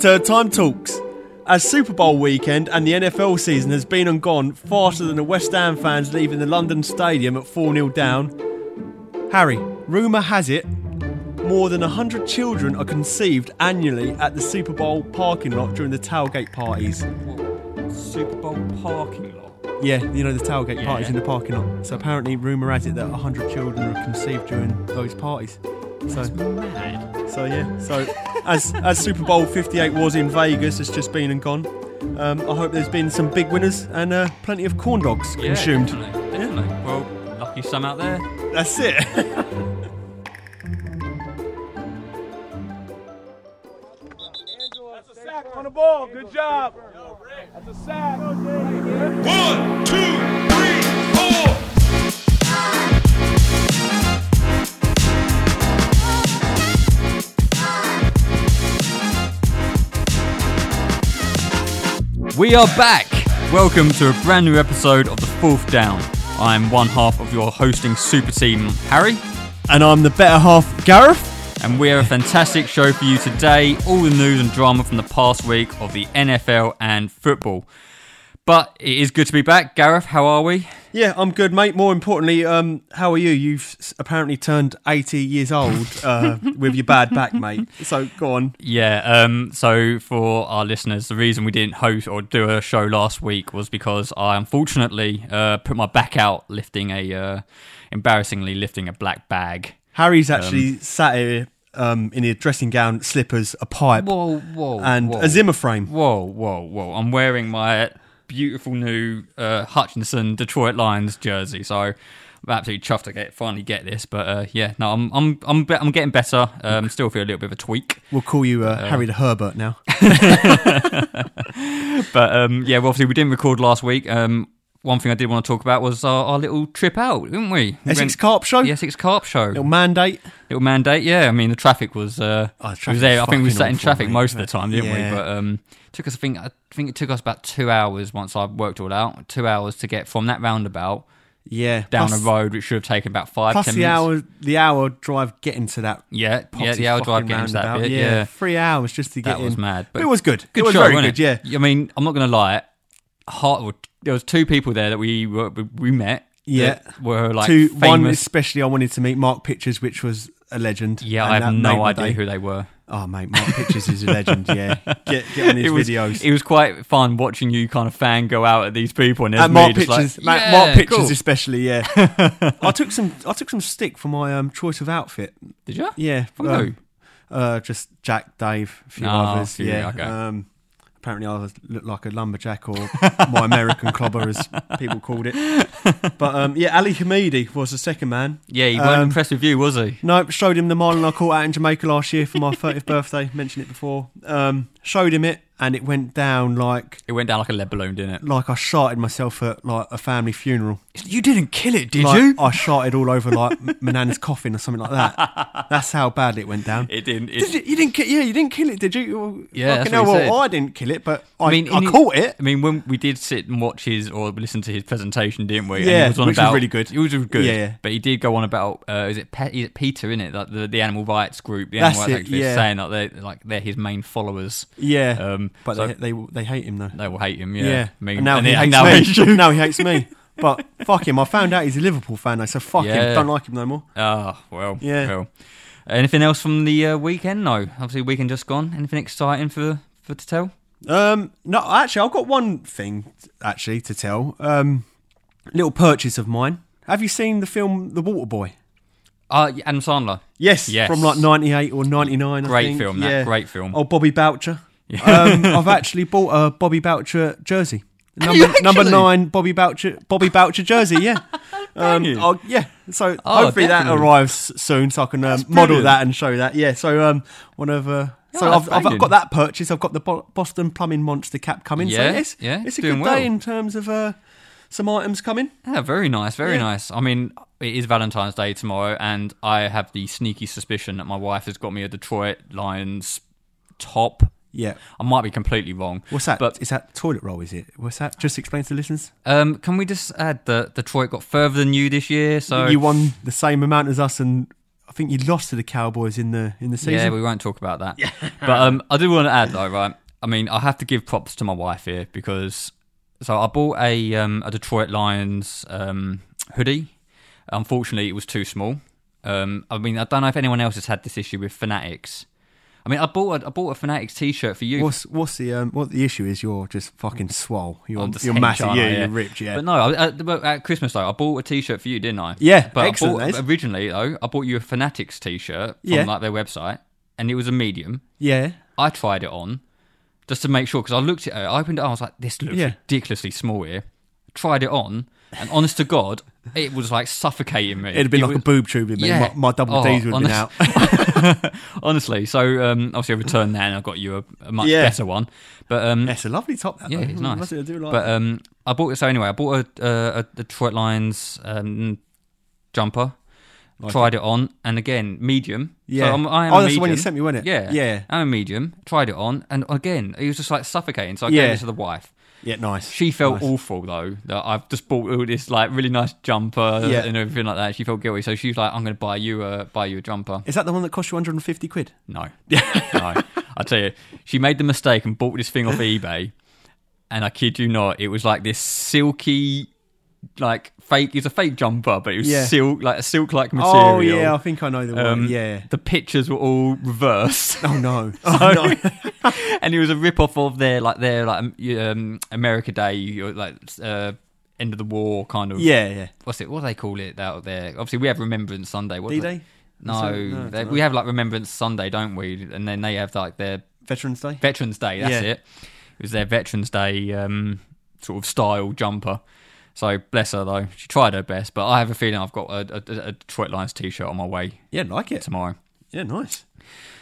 to Time Talks. As Super Bowl weekend and the NFL season has been and gone faster than the West Ham fans leaving the London Stadium at 4 0 down, Harry, rumour has it more than 100 children are conceived annually at the Super Bowl parking lot during the tailgate parties. Super Bowl parking lot. Yeah, you know, the tailgate parties Yeah. in the parking lot. So apparently, rumour has it that 100 children are conceived during those parties. So. Mad. So yeah, so as as Super Bowl 58 was in Vegas, it's just been and gone. Um, I hope there's been some big winners and uh, plenty of corn dogs Yeah, consumed. Definitely. definitely. Well, lucky some out there. That's it. on the ball. Good job. That's a sack. One, two, three, four. We are back. Welcome to a brand new episode of The Fourth Down. I'm one half of your hosting super team, Harry, And I'm the better half, Gareth. and we have a fantastic show for you today. All the news and drama from the past week of the NFL and football. But it is good to be back. Gareth, how are we? Yeah, I'm good, mate. More importantly, um, how are you? You've s- apparently turned 80 years old uh, with your bad back, mate. So go on. Yeah, um, so for our listeners, the reason we didn't host or do a show last week was because I unfortunately uh, put my back out lifting a, uh, embarrassingly lifting a black bag. Harry's Um, actually sat here um, in a dressing gown, slippers, a pipe, Whoa, whoa, and whoa. a Zimmer frame. Whoa, whoa, whoa! I'm wearing my beautiful new uh, Hutchinson Detroit Lions jersey, so I'm absolutely chuffed to get finally get this. But uh, yeah, no, I'm I'm I'm be- I'm getting better. Um, still feel a little bit of a tweak. We'll call you uh, Harry the Herbert now. But um, yeah, well, obviously we didn't record last week. Um, one thing I did want to talk about was our, our little trip out, didn't we? we Essex went- Carp Show. The Essex Carp Show, Little mandate. little mandate. Yeah, I mean the traffic was. Uh, Oh, the it was traffic there. was I think we fucking sat in awful, traffic mate. most of the time, didn't Yeah. we? But um, took us. I think I think it took us about two hours once I worked all out. Two hours to get from that roundabout Yeah. down plus- the road, which should have taken about five plus ten the minutes. hour the hour drive getting to that Yeah, yeah, potty the hour drive fucking getting to that roundabout. bit. Yeah, three hours just to get that was in. mad. but it was good. it was show, very wasn't good. Yeah, it? I mean, I'm not gonna lie. Heart, well, there was two people there that we were, we- we met. Yeah. that were like Two, one famous. especially I wanted to meet Mark Pictures, which was a legend. yeah, and I have that made no my idea day. who they were. Oh mate, Mark Pictures is a legend. Yeah, get get on his it was, videos. It was quite fun watching you kind of fan go out at these people and, there's and me Uh, Mark just Pictures, like, Ma- yeah, Mark Pictures cool. especially. Yeah, I took some I took some stick for my um, choice of outfit. Did you? Yeah, From um, who? Uh, just Jack, Dave, a few Oh, others. a few, yeah. okay. Um, apparently, I was, looked like a lumberjack or my American clobber, as people called it. But um, yeah, Ali Hamidi was the second man. Yeah, he wasn't Um, impressed with you, was he? No, showed him the Marlin I caught out in Jamaica last year for my 30th birthday. Mentioned it before. Um, showed him it, and it went down like It went down like a lead balloon, didn't it? like I sharted myself at like a family funeral. You didn't kill it, did Like, you? I sharted all over like my nana's coffin or something like that. That's how badly it went down. It didn't. It, Did you, you didn't kill? Yeah, you didn't kill it, did you? Well, Yeah, that's fucking what hell, he well, said. I didn't kill it, but I, I, in the- caught it. I mean, when we did sit and watch his or listen to his presentation, didn't we? And he Yeah, on which was about, really good. It was good. Yeah, yeah. But he did go on about uh, is it Pe- is it Peter in it like the, the animal rights group, the That's animal rights it, activists yeah. saying that they're like they're his main followers. Yeah, Um, but so- they, they they hate him though. They will hate him. Yeah. yeah, I mean, and now and he then- hates now me. hates you. now he hates me. But fuck him. I found out he's a Liverpool fan though, so fuck Yeah. him. Don't like him no more. Ah, well. Yeah. Well. Anything else from the uh, weekend? No. Obviously, weekend just gone. Anything exciting for for to tell? Um, no, actually, I've got one thing actually to tell. Um, little purchase of mine. Have you seen the film The Water Boy? Uh, Adam Sandler. Yes, Yes. from like '98 or '99. Great film, that, great film. Oh, Bobby Boucher. um, I've actually bought a Bobby Boucher jersey. you Number, number actually? nine, Bobby Boucher, Bobby Boucher jersey. Yeah, um, you? oh, yeah. So Oh, hopefully that definitely. arrives soon, so I can um, model brilliant. that and show that. Yeah. So um, one of uh, so that's I've, I've, banging. I've got that purchase. I've got the Bo- Boston Plumbing Monster cap coming. Yeah, so it's, yeah, it's a doing good well. day in terms of uh, some items coming. Yeah, very nice, very Yeah. nice. I mean, it is Valentine's Day tomorrow, and I have the sneaky suspicion that my wife has got me a Detroit Lions top. Yeah. I might be completely wrong. What's that? But is that toilet roll? Is it? What's that? Just explain to the listeners. um, can we just add that Detroit got further than you this year? So you won the same amount as us and I think you lost to the Cowboys in the in the season. Yeah, we won't talk about that. but um, I do want to add though, right? I mean, I have to give props to my wife here because so I bought a um, a Detroit Lions um, hoodie. Unfortunately, it was too small. Um, I mean, I don't know if anyone else has had this issue with Fanatics. I mean, I bought a, I bought a Fanatics T-shirt for you. What's what's the um, what the issue is? You're just fucking swole. You're I'm just you're hench, massive. aren't I? Yeah, you're ripped. Yeah. But no, I, at, but at Christmas though, I bought a T-shirt for you, didn't I? Yeah, But excellent, I that bought, is. originally though, I bought you a Fanatics T-shirt from Yeah. like their website, and it was a medium. yeah. I tried it on just to make sure because I looked at it. I opened it. I was like, "This looks Yeah. ridiculously small here." Tried it on, and honest to God, it was like suffocating me. It'd have been like a boob tube in me. Yeah. My, my double Oh, D's would have been out. honest- honestly. So um, obviously, I returned that, and I got you a, a much Yeah. Mm-hmm. better one. But um, That's a lovely top. That yeah, though. it's nice. Must I do like but that. um, I bought so anyway. I bought a, a, a Detroit Lions um, jumper. tried it. on, and again, medium. Yeah. So I'm, I am Oh, a that's the one you medium. sent me, wasn't it? Yeah. Yeah. I'm a medium. Tried it on, and again, it was just like suffocating. So I Yeah. gave it to the wife. yeah, nice. She felt Nice. awful though that I've just bought all this like really nice jumper Yeah. and everything like that. She felt guilty, so she was like, "I'm going to buy you a buy you a jumper." Is that the one that cost you 150 quid? No. no. I tell you, she made the mistake and bought this thing off eBay. And I kid you not, it was like this silky, like fake. It's a fake jumper, but it was Yeah. silk, like a silk-like material. Oh yeah, I think I know the Um, one. Yeah. The pictures were all reversed. Oh no. Oh no. and it was a rip-off of their like their like um, um, America Day, or, like uh, end of the war kind of. Yeah, yeah. What's it? What do they call it out there? Obviously, we have Remembrance Sunday. What D do Day. No, Is that- no, I they, dunno. we have like Remembrance Sunday, don't we? And then they have like their Veterans Day. Veterans Day. That's Yeah. it. It was their Veterans Day um, sort of style jumper. So bless her though, she tried her best. But I have a feeling I've got a, a, a Detroit Lions T-shirt on my way yeah, like it. tomorrow. Yeah, nice.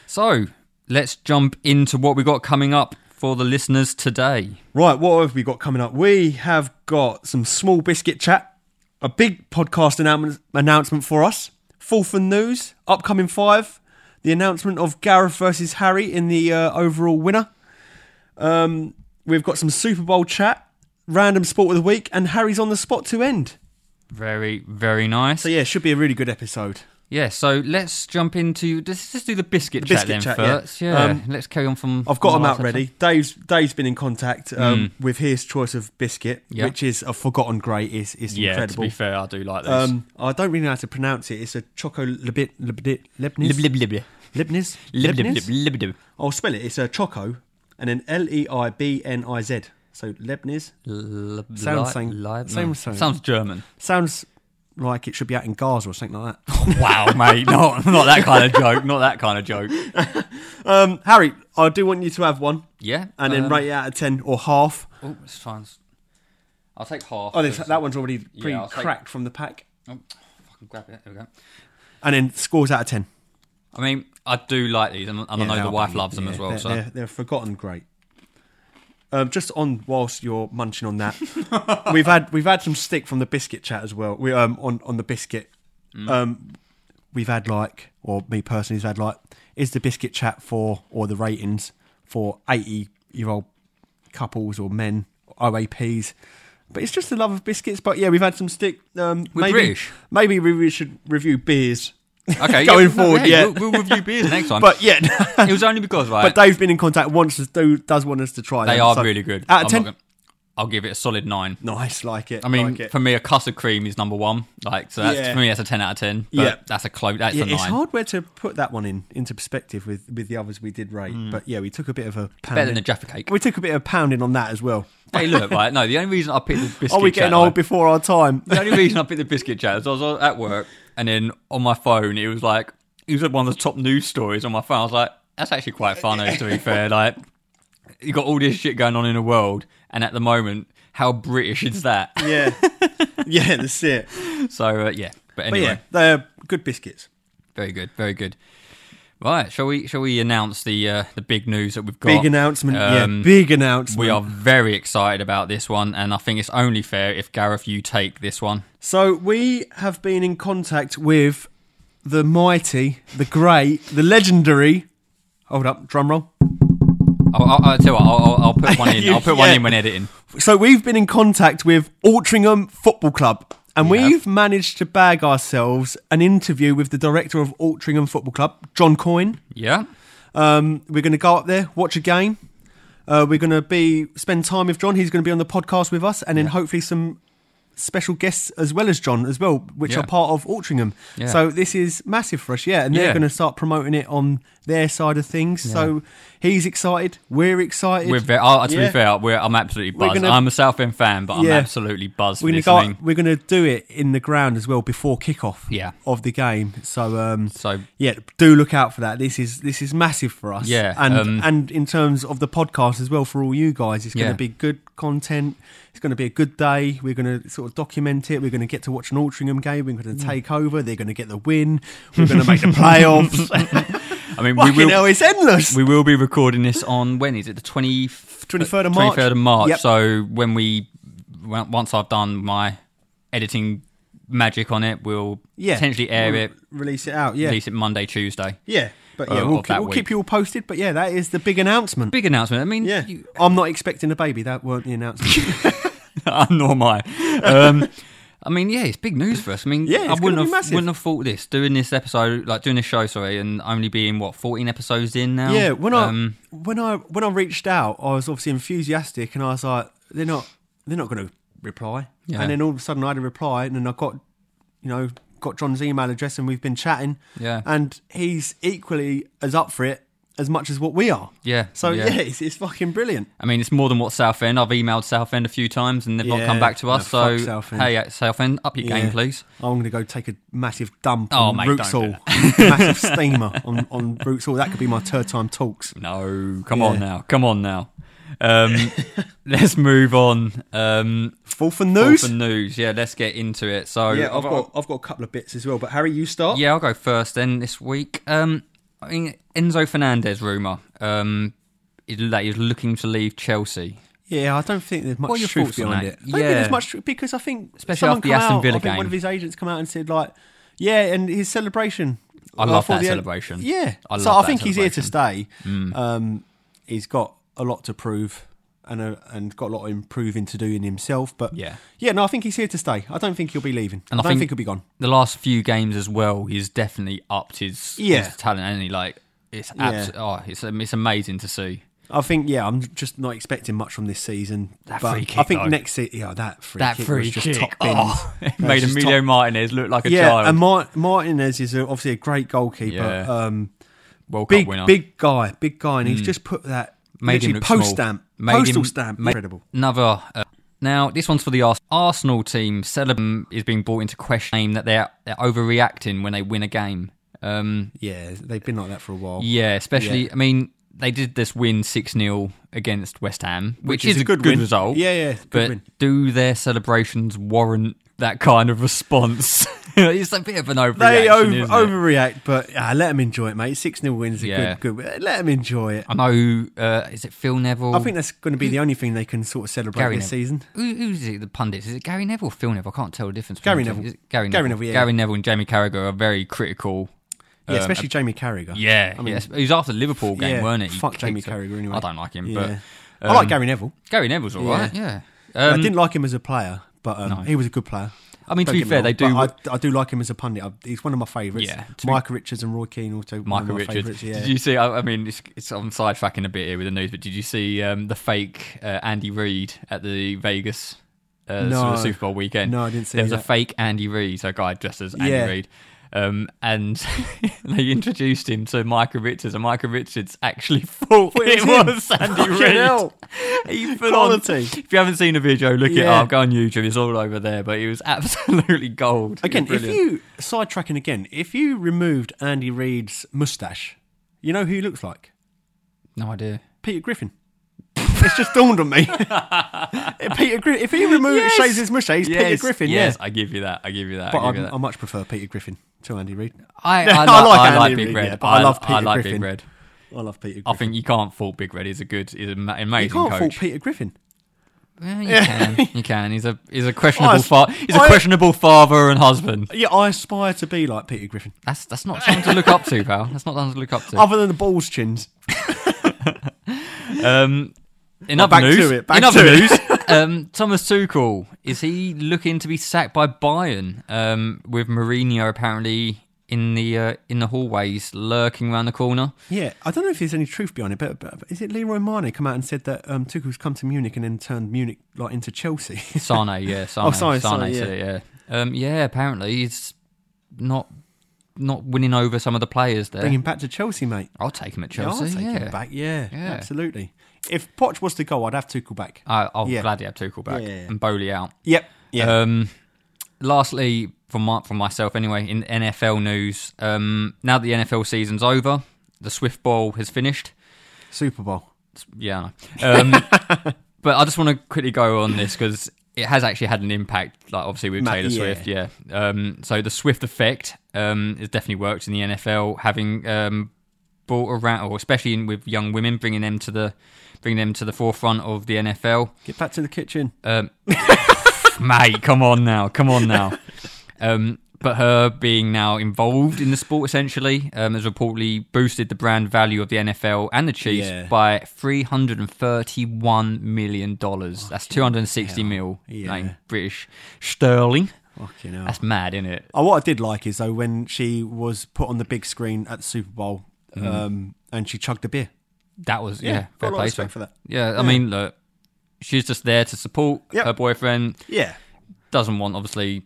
So let's jump into what we got coming up for the listeners today. Right, what have we got coming up? We have got some small biscuit chat, a big podcast annou- announcement for us, fourth and news, upcoming five, the announcement of Gareth versus Harry in the uh, overall winner. Um, we've got some Super Bowl chat, random sport of the week, and Harry's on the spot to end. Very very nice. So yeah, should be a really good episode. Yeah, so let's jump into let's just do the biscuit, The biscuit chat then chat, yeah. first. Yeah, Um, let's carry on from. I've got them from the out last ready. Dave's Dave's been in contact um, with his choice of biscuit, Mm. Yeah. which is a forgotten great. is is episode. Yeah, incredible. to be fair, I do like this. Um, I don't really know how to pronounce it. It's a choco libit libit lib Lebanese. lib lib lib Lebanese. lib lib Lebanese. lib lib. I'll spell it. It's a choco and then L E I B N I Z. So Lebanese Lib- Sounds li- same- live- same- no. same. Sounds German. sounds like it should be out in Gaza or something like that. wow, mate, not not that kind of joke. Not that kind of joke. Um, Harry, I do want you to have one Yeah, and then um, rate it out of ten or half. Oh, let's try and. s- I'll take half. Oh, this, that one's already Yeah, pre I'll take- cracked from the pack. Oh, fucking grab it. There we go. And then scores out of ten. I mean, I do like these, and, and Yeah, I know they the are wife banging. loves them Yeah, as well. They're, so they're, they're forgotten great. Um, just on whilst you're munching on that, we've had we've had some stick from the biscuit chat as well. We um on on the biscuit, Mm. um, we've had like or me personally has had like is the biscuit chat for or the ratings for eighty year old couples or men OAPs. But it's just the love of biscuits. But yeah, we've had some stick. Um, We're maybe, British. Maybe we should review beers. okay, going no, forward, hey, yeah. we'll, we'll review beers next time. But yeah, it was only because right, But Dave's been in contact wants us do, does want us to try. they them, are so- really good. Out I'm of ten, not gonna- I'll give it a solid nine. nice, like it. I mean, like it. for me, a custard cream is number one. Like, so that's, Yeah. for me, that's a ten out of ten. But Yeah. that's a close. That's yeah, a it's nine. hard where to put that one in into perspective with with the others we did rate. But yeah, we took a bit of a pounding. Mm. Better than a Jaffa cake. we took a bit of a pounding on that as well. hey, look, right? No, the only reason I picked the biscuit. Are we getting chat, old though- before our time? The only reason I picked the biscuit chat is I was at work and then on my phone it was like it was one of the top news stories on my phone. I was like, that's actually quite funny to be fair. Like you got all this shit going on in the world and at the moment, how British is that? yeah, yeah, that's it. So uh, yeah. But But anyway, yeah, they're good biscuits. very good, very good. Right, shall we shall we announce the uh, the big news that we've got? Big announcement. Um, yeah, big announcement. We are very excited about this one, and I think it's only fair if Gareth you take this one. So we have been in contact with the mighty, the great, the legendary. Hold up, drum roll. I'll, I'll, I'll tell you what, I'll, I'll- I'll put one in. You- I'll put one yeah. in when editing. So we've been in contact with Altrincham Football Club, And We have. we've managed to bag ourselves an interview with the director of Altrincham Football Club, John Coyne. Yeah. Um, we're going to go up there, watch a game. Uh, we're going to be spend time with John. He's going to be on the podcast with us, and then hopefully some special guests as well as John as well, which Yeah. are part of Altrincham. Yeah. So this is massive for us, yeah. And they're Yeah. going to start promoting it on their side of things. So he's excited. We're excited. We're very, oh, to Yeah. be fair, we're, I'm absolutely We're buzzed. gonna- I'm a Southend fan, but I'm Yeah. absolutely buzzed we're for gonna this go. thing. Up, we're gonna do it in the ground as well before kickoff. Yeah. of the game. So um, So- yeah, do look out for that. This is this is massive for us. Yeah, and um, and in terms of the podcast as well for all you guys, it's going to be Yeah. good content. It's going to be a good day. We're going to sort of document it. We're going to get to watch an Altrincham game. We're Mm. going to take over. They're going to get the win. We're going to make the playoffs. I mean, we Fucking will, hell, it's endless. we will be recording this on when is it the 20, 23rd of March. 23rd of March. Yep. So when we when- once I've done my editing magic on it, we'll Yeah. potentially air it, Release it out. Yeah, release it Monday, Tuesday. yeah. But Uh, yeah, we'll, of keep, that we'll keep week. you all posted. But yeah, that is the big announcement. Big announcement. I mean, Yeah, you- I'm not expecting a baby. That weren't the announcement. nor am I. Um, I mean, yeah, it's big news for us. I mean, Yeah, it's I wouldn't gonna have be massive. wouldn't have thought this doing this episode, like doing this show, sorry, and only being what fourteen episodes in now. yeah, when I Um, when I when I reached out, I was obviously enthusiastic, and I was like, "They're not they're not going to reply." Yeah. And then all of a sudden, I had a reply, and then I got you know got John's email address, and we've been chatting. Yeah. and he's equally as up for it as much as what we are. Yeah, So yeah, yeah. it's, it's fucking brilliant. I mean, it's more than what Southend. I've emailed Southend a few times and they've Yeah, not come back to no, us. fuck so Southend. hey, uh, Southend, up your Yeah. game, please. I'm going to go take a massive dump Oh, on mate, don't do Rootsall, massive steamer on on Rootsall. That could be my third time talks. No, come Yeah. on now, come on now. Um, let's move on. Um, Fourth and news. For news, yeah, let's get into it. So Yeah, I've got I've got a couple of bits as well. But Harry, you start. Yeah, I'll go first then this week. Um, I mean, Enzo Fernandez rumor um, is that he's looking to leave Chelsea. Yeah, I don't think there's much What are your truth thoughts on behind it. that? I don't think there's Yeah. much truth because I think Especially someone after the come Aston out, Villa I think one game. of his agents come out and said like, yeah, and his celebration. I like, love for that the- celebration. Yeah, I so love I that think he's here to stay. celebration. Mm. Um, he's got a lot to prove. And, uh, and got a lot of improving to do in himself, but Yeah. yeah, no, I think he's here to stay. I don't think he'll be leaving. I And I don't think, think- he'll be gone. The last few games as well, he's definitely upped his, Yeah. his talent, and he like it's Yeah. abs- oh, it's it's amazing to see. I think yeah, I'm just not expecting much from this season. That but free I kick, think though. next season, yeah, that free That kick free was just kick, top bins. oh, it That made was just Emilio top- Martinez look like a yeah, child. and Mar- Martinez is a, obviously a great goalkeeper. Yeah. Um, World big Cup winner. big guy, big guy, and he's just put that Mm. Made him literally look post small. stamp, Made postal him- stamp, made- incredible. Another. Uh, now, this one's for the Ars- Arsenal team. Celebum is being brought into question saying that they're, they're overreacting when they win a game. Um, Yeah, they've been like that for a while. yeah, especially, Yeah. I mean, they did this win 6 0 against West Ham, which, is is, a a good good, win. result. Yeah, yeah, good But win. do their celebrations warrant that kind of response? it's a bit of an overreaction. They over, isn't it? overreact, but ah, let them enjoy it, mate. Six 0 wins, a Yeah. good, good. Let them enjoy it. I know, uh, is it Phil Neville? I think that's going to be the only thing they can sort of celebrate Gary this Neville. season. Who, who's it, the pundits? Is it Gary Neville or Phil Neville? I can't tell the difference. Gary between the two. Neville. Is it Gary, Gary Neville. Neville, yeah. Gary Neville and Jamie Carragher are very critical. Yeah, um, especially Jamie Carragher. Yeah, I mean, yes. He was after the Liverpool game, yeah, weren't it? He fuck Jamie kicked it. Carragher anyway. I don't like him, Yeah. but I like um, Gary Neville. Gary Neville's all right. Yeah. I Um, didn't like him as a player, but um, he was a good player. I mean, to Don't be get me fair, wrong, they do- but I, I do like him as a pundit. I, he's one of my favourites. Yeah, to be- Micah Richards and Roy Keane also. one of Michael my Richards. Favourites, yeah. Did you see? I, I mean, it's, it's I'm sidetracking a bit here with the news, but did you see um, the fake uh, Andy Reid at the Vegas uh, sort No. of Super Bowl weekend? No, I didn't see There was a that. fake Andy Reid, so a guy dressed as Andy Yeah. Reid. Um, and they introduced him to Michael Richards, and Michael Richards actually thought Thought it it was him. was Andy Fucking hell. Reid. He put on. Quality. If you haven't seen the video, look it Yeah. up. Go on YouTube; it's all over there. But it was absolutely gold. It was Again, if brilliant. you sidetracking again, if you removed Andy Reid's moustache, you know who he looks like? no idea. Peter Griffin. it's just dawned on me. Peter Griffin. If he removes Yes. shaves his moustache, he's Peter Yes, Griffin. Yes, yeah. I give you that. I give you that. but I, give you I, that. I much prefer Peter Griffin to Andy Reid. I, I, I like, like I Andy like Big Reid, Red. yeah, but I love Peter I like Griffin. Big Red. I love Peter. Griffin. I think you can't fault Big Red. He's a good, he's an ama- amazing you can't fault coach. Peter Griffin. Eh, you can, you can. He's a he's a questionable s- fa- he's a I- questionable father and husband. Yeah, I aspire to be like Peter Griffin. That's that's not something to look up to, pal. That's not something to look up to. Other than the balls chins. Um, enough back news. to it, back enough to it. news. um, Thomas Tuchel is he looking to be sacked by Bayern? Um, with Mourinho apparently in the uh, in the hallways, lurking around the corner. Yeah, I don't know if there's any truth behind it, but, but is it Leroy Mane come out and said that um, Tuchel's come to Munich and then turned Munich like into Chelsea? Sane, yeah, Sane, Oh, Sane, Sane, said it, yeah. Um, yeah, apparently he's not not winning over some of the players there. Bring him back to Chelsea, mate. I'll take him at Yeah, Chelsea. I'll take yeah. him back. Yeah, Yeah. absolutely. If Poch was to go, I'd have Tuchel back. I, I'll Yeah. gladly have Tuchel back Yeah, yeah, yeah. and Bowley out. Yep. Yeah. Um, lastly, from my, from myself anyway, in NFL news, um, now that the NFL season's over, the Swift Bowl has finished. Super Bowl. Yeah, I know. Um, but I just want to quickly go on this because it has actually had an impact. Like obviously with Ma- Taylor yeah. Swift, yeah. Um, so the Swift effect um, has definitely worked in the NFL, having um, brought around, or especially in, with young women, bringing them to the bringing them to the forefront of the NFL. Get back to the kitchen. uh, Mate, come on now, come on now. Um, but her being now involved in the sport essentially um, has reportedly boosted the brand value of the NFL and the Chiefs Yeah. by three hundred and thirty-one million dollars. That's two hundred and sixty mil, Yeah. like British sterling. Fucking hell. That's mad, isn't it? Oh, what I did like is though when she was put on the big screen at the Super Bowl, Mm-hmm. um, and she chugged a beer. That was yeah, Yeah, got fair a lot of play to respect her. for that. Yeah, I mean, look, she's just there to support Yep. her boyfriend. Yeah. Doesn't want obviously.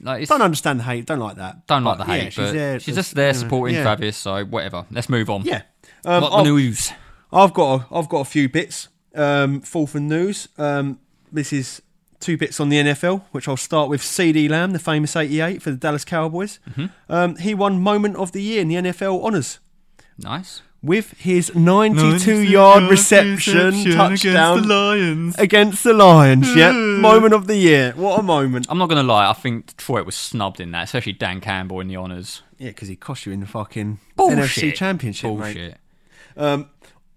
Like it's, Don't understand the hate. Don't like that. don't like the But, hate, yeah, but she's, just there supporting yeah. Travis. So whatever. Let's move on. Yeah. Um, what I've- the news? I've got a, I've got a few bits. Um, fourth and news. Um, this is two bits on the NFL, which I'll start with CD Lamb, the famous 88 for the Dallas Cowboys. Um, he won Moment of the Year in the NFL honors Nice. with his 92 yard reception, touchdown against the, Lions. Lions. yeah, Moment of the Year. What a moment. I'm not gonna lie. I think Detroit was snubbed in that, especially Dan Campbell in the honors. Yeah, because he cost you in the fucking Bullshit. NFC Championship. mate. Bullshit.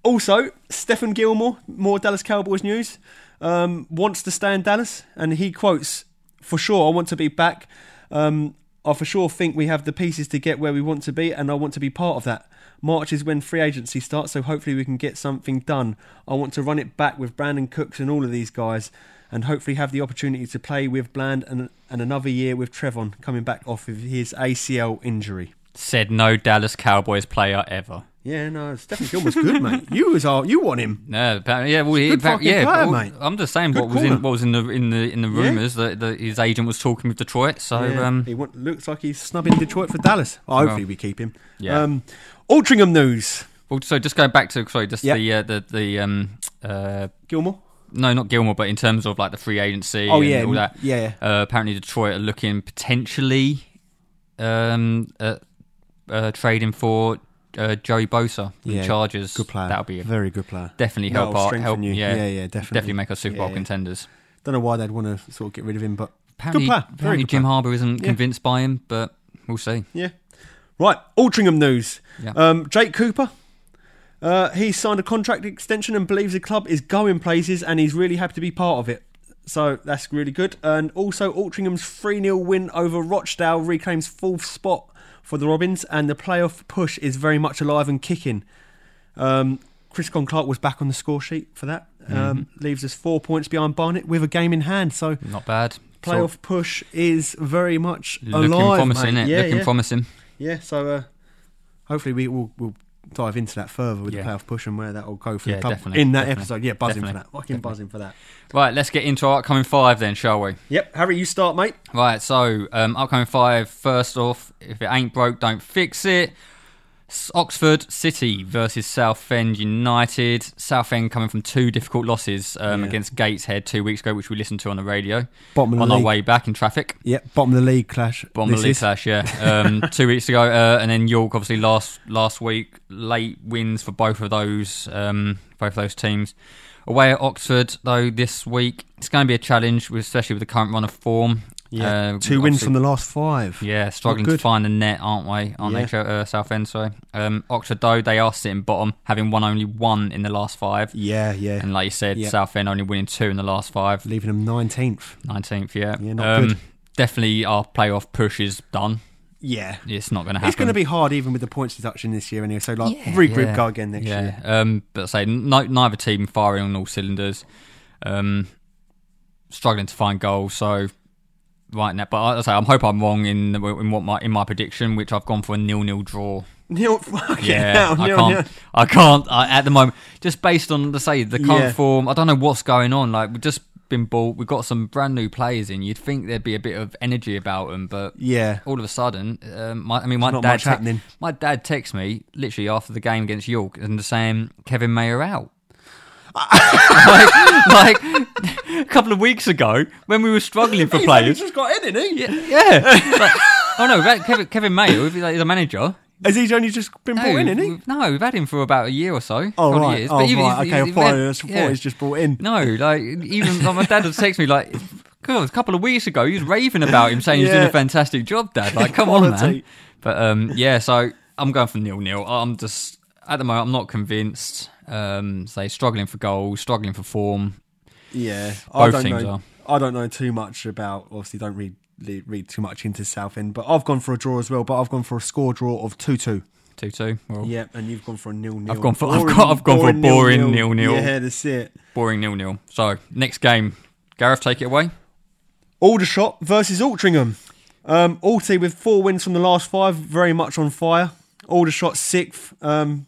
Also, Stephen Gilmore, more Dallas Cowboys news, um, wants to stay in Dallas, and he quotes, "For sure, I want to be back. Um, I for sure think we have the pieces to get where we want to be, and I want to be part of that. March is when free agency starts, so hopefully we can get something done. I want to run it back with Brandon Cooks and all of these guys, and hopefully have the opportunity to play with Bland and and another year with Trevon coming back off of his ACL injury." Said no Dallas Cowboys player ever. Yeah, no, Stephen Gilmore's good, mate. You was all, you want him. No, apparently- yeah, well, he- good apparently- fucking yeah. player, but mate. I'm just saying Good what was corner. in what was in the in the in the rumors that, that his agent was talking with Detroit. So Yeah, um, he want, looks like he's snubbing Detroit for Dallas. Well, hopefully, Well, we keep him. yeah. Um, Altrincham news. well, so just going back to sorry, just Yeah. the uh, the the um uh Gilmore. no, not Gilmore, but in terms of like the free agency. Oh, and yeah, all that. yeah. Uh, apparently, Detroit are looking potentially um, at uh, trading for uh, Joey Bosa from Yeah, Chargers. Good player. That'll be a, very good player. definitely help That'll our strengthen help. you. Yeah, yeah, yeah, definitely. definitely make us Super Bowl Yeah, yeah. contenders. Don't know why they'd want to sort of get rid of him, but Apparently, good player. Very apparently good Jim player. Harbour isn't convinced by him, but we'll see. Yeah. Right. Altrincham news. Yeah. Um, Jake Cooper. Uh, he signed a contract extension and believes the club is going places, and he's really happy to be part of it. So that's really good. And also, Altringham's 3 0 win over Rochdale reclaims fourth spot for the Robins, and the playoff push is very much alive and kicking. Um, Chris Clark was back on the score sheet for that. Um, Mm-hmm. Leaves us four points behind Barnet with a game in hand. So, Not bad. playoff Sort push is very much of looking alive. promising. mate. It Yeah, looking yeah. promising. Yeah, so uh, hopefully we will we'll dive into that further with Yeah. the playoff push and where that will go for Yeah, the club definitely, in that definitely, episode. Yeah, buzzing definitely, for that. Fucking buzzing for that. Right, let's get into our upcoming five then, shall we? Yep, Harry, you start, mate. Right, so um, upcoming five. First off, if it ain't broke, don't fix it. S- Oxford City versus Southend United. Southend coming from two difficult losses um, against Gateshead two weeks ago, which we listened to on the radio. Bottom of the on our league. way back in traffic. Yep, bottom of the league clash. Bottom of the league clash, yeah. Um, two weeks ago, uh, and then York obviously last last week. Late wins for both of those um, both of those teams. Away at Oxford though this week, it's going to be a challenge, with- especially with the current run of form. Yeah, Uh, two wins obviously- from the last five. yeah, struggling to Oh, good. find the net, aren't we? Aren't Yeah. they, uh, Southend? Sorry. Um, Oxford, though, they are sitting bottom, having won only one in the last five. yeah, yeah. And like you said, Yeah. Southend only winning two in the last five. leaving them nineteenth. 19th, yeah. Um, Yeah, not good. Definitely our playoff push is done. Yeah, It's not going to happen. it's going to be hard even with the points deduction this year. Anyway, so like Yeah, regroup, yeah. go again next year. Yeah, um, but I say no, neither team firing on all cylinders. Um, struggling to find goals. So right now, but I, I say I hope I'm wrong in in what my in my prediction, which I've gone for a nil nil draw. Neil, fucking Yeah, hell, I Neil, can't. Neil. I can't I, at the moment. Just based on the say the current Yeah. form, I don't know what's going on. Like we've just been bought. We've got some brand new players in. You'd think there'd be a bit of energy about them, but Yeah. all of a sudden, um, my, I mean, my Not dad. much happening. My dad texts me literally after the game against York and saying Kevin Mayer out. like, like a couple of weeks ago when we were struggling for He's only players. just got in, isn't he? Yeah. Like, oh no, that Kevin, Kevin Mayer, he's a manager. Has he only just been No, brought in, isn't he? we've- no, we've had him for about a year or so. Oh, Probably right. years, oh, but even- right. even- okay, I even thought, then- I just thought yeah. he's just brought in. No, like even like, my dad would text me like, God, a couple of weeks ago he was raving about him, saying he's doing Yeah. a fantastic job, Dad. Like, come on, man. Quality. But um, yeah, so I'm going for nil nil. I'm just at the moment I'm not convinced. Um, say struggling for goals, struggling for form. Yeah, Both I don't teams know. are. I don't know too much about. Obviously, don't read le- read too much into Southend, but I've gone for a draw as well. But I've gone for a score draw of two two. Two two. Well, Yep, and you've gone for a nil nil. I've gone for- I've got- I've gone for a boring nil-nil. Yeah, that's it. boring nil nil. So next game, Gareth, take it away. Aldershot versus Altrincham. Um, Alty with four wins from the last five, very much on fire. Aldershot sixth. Um,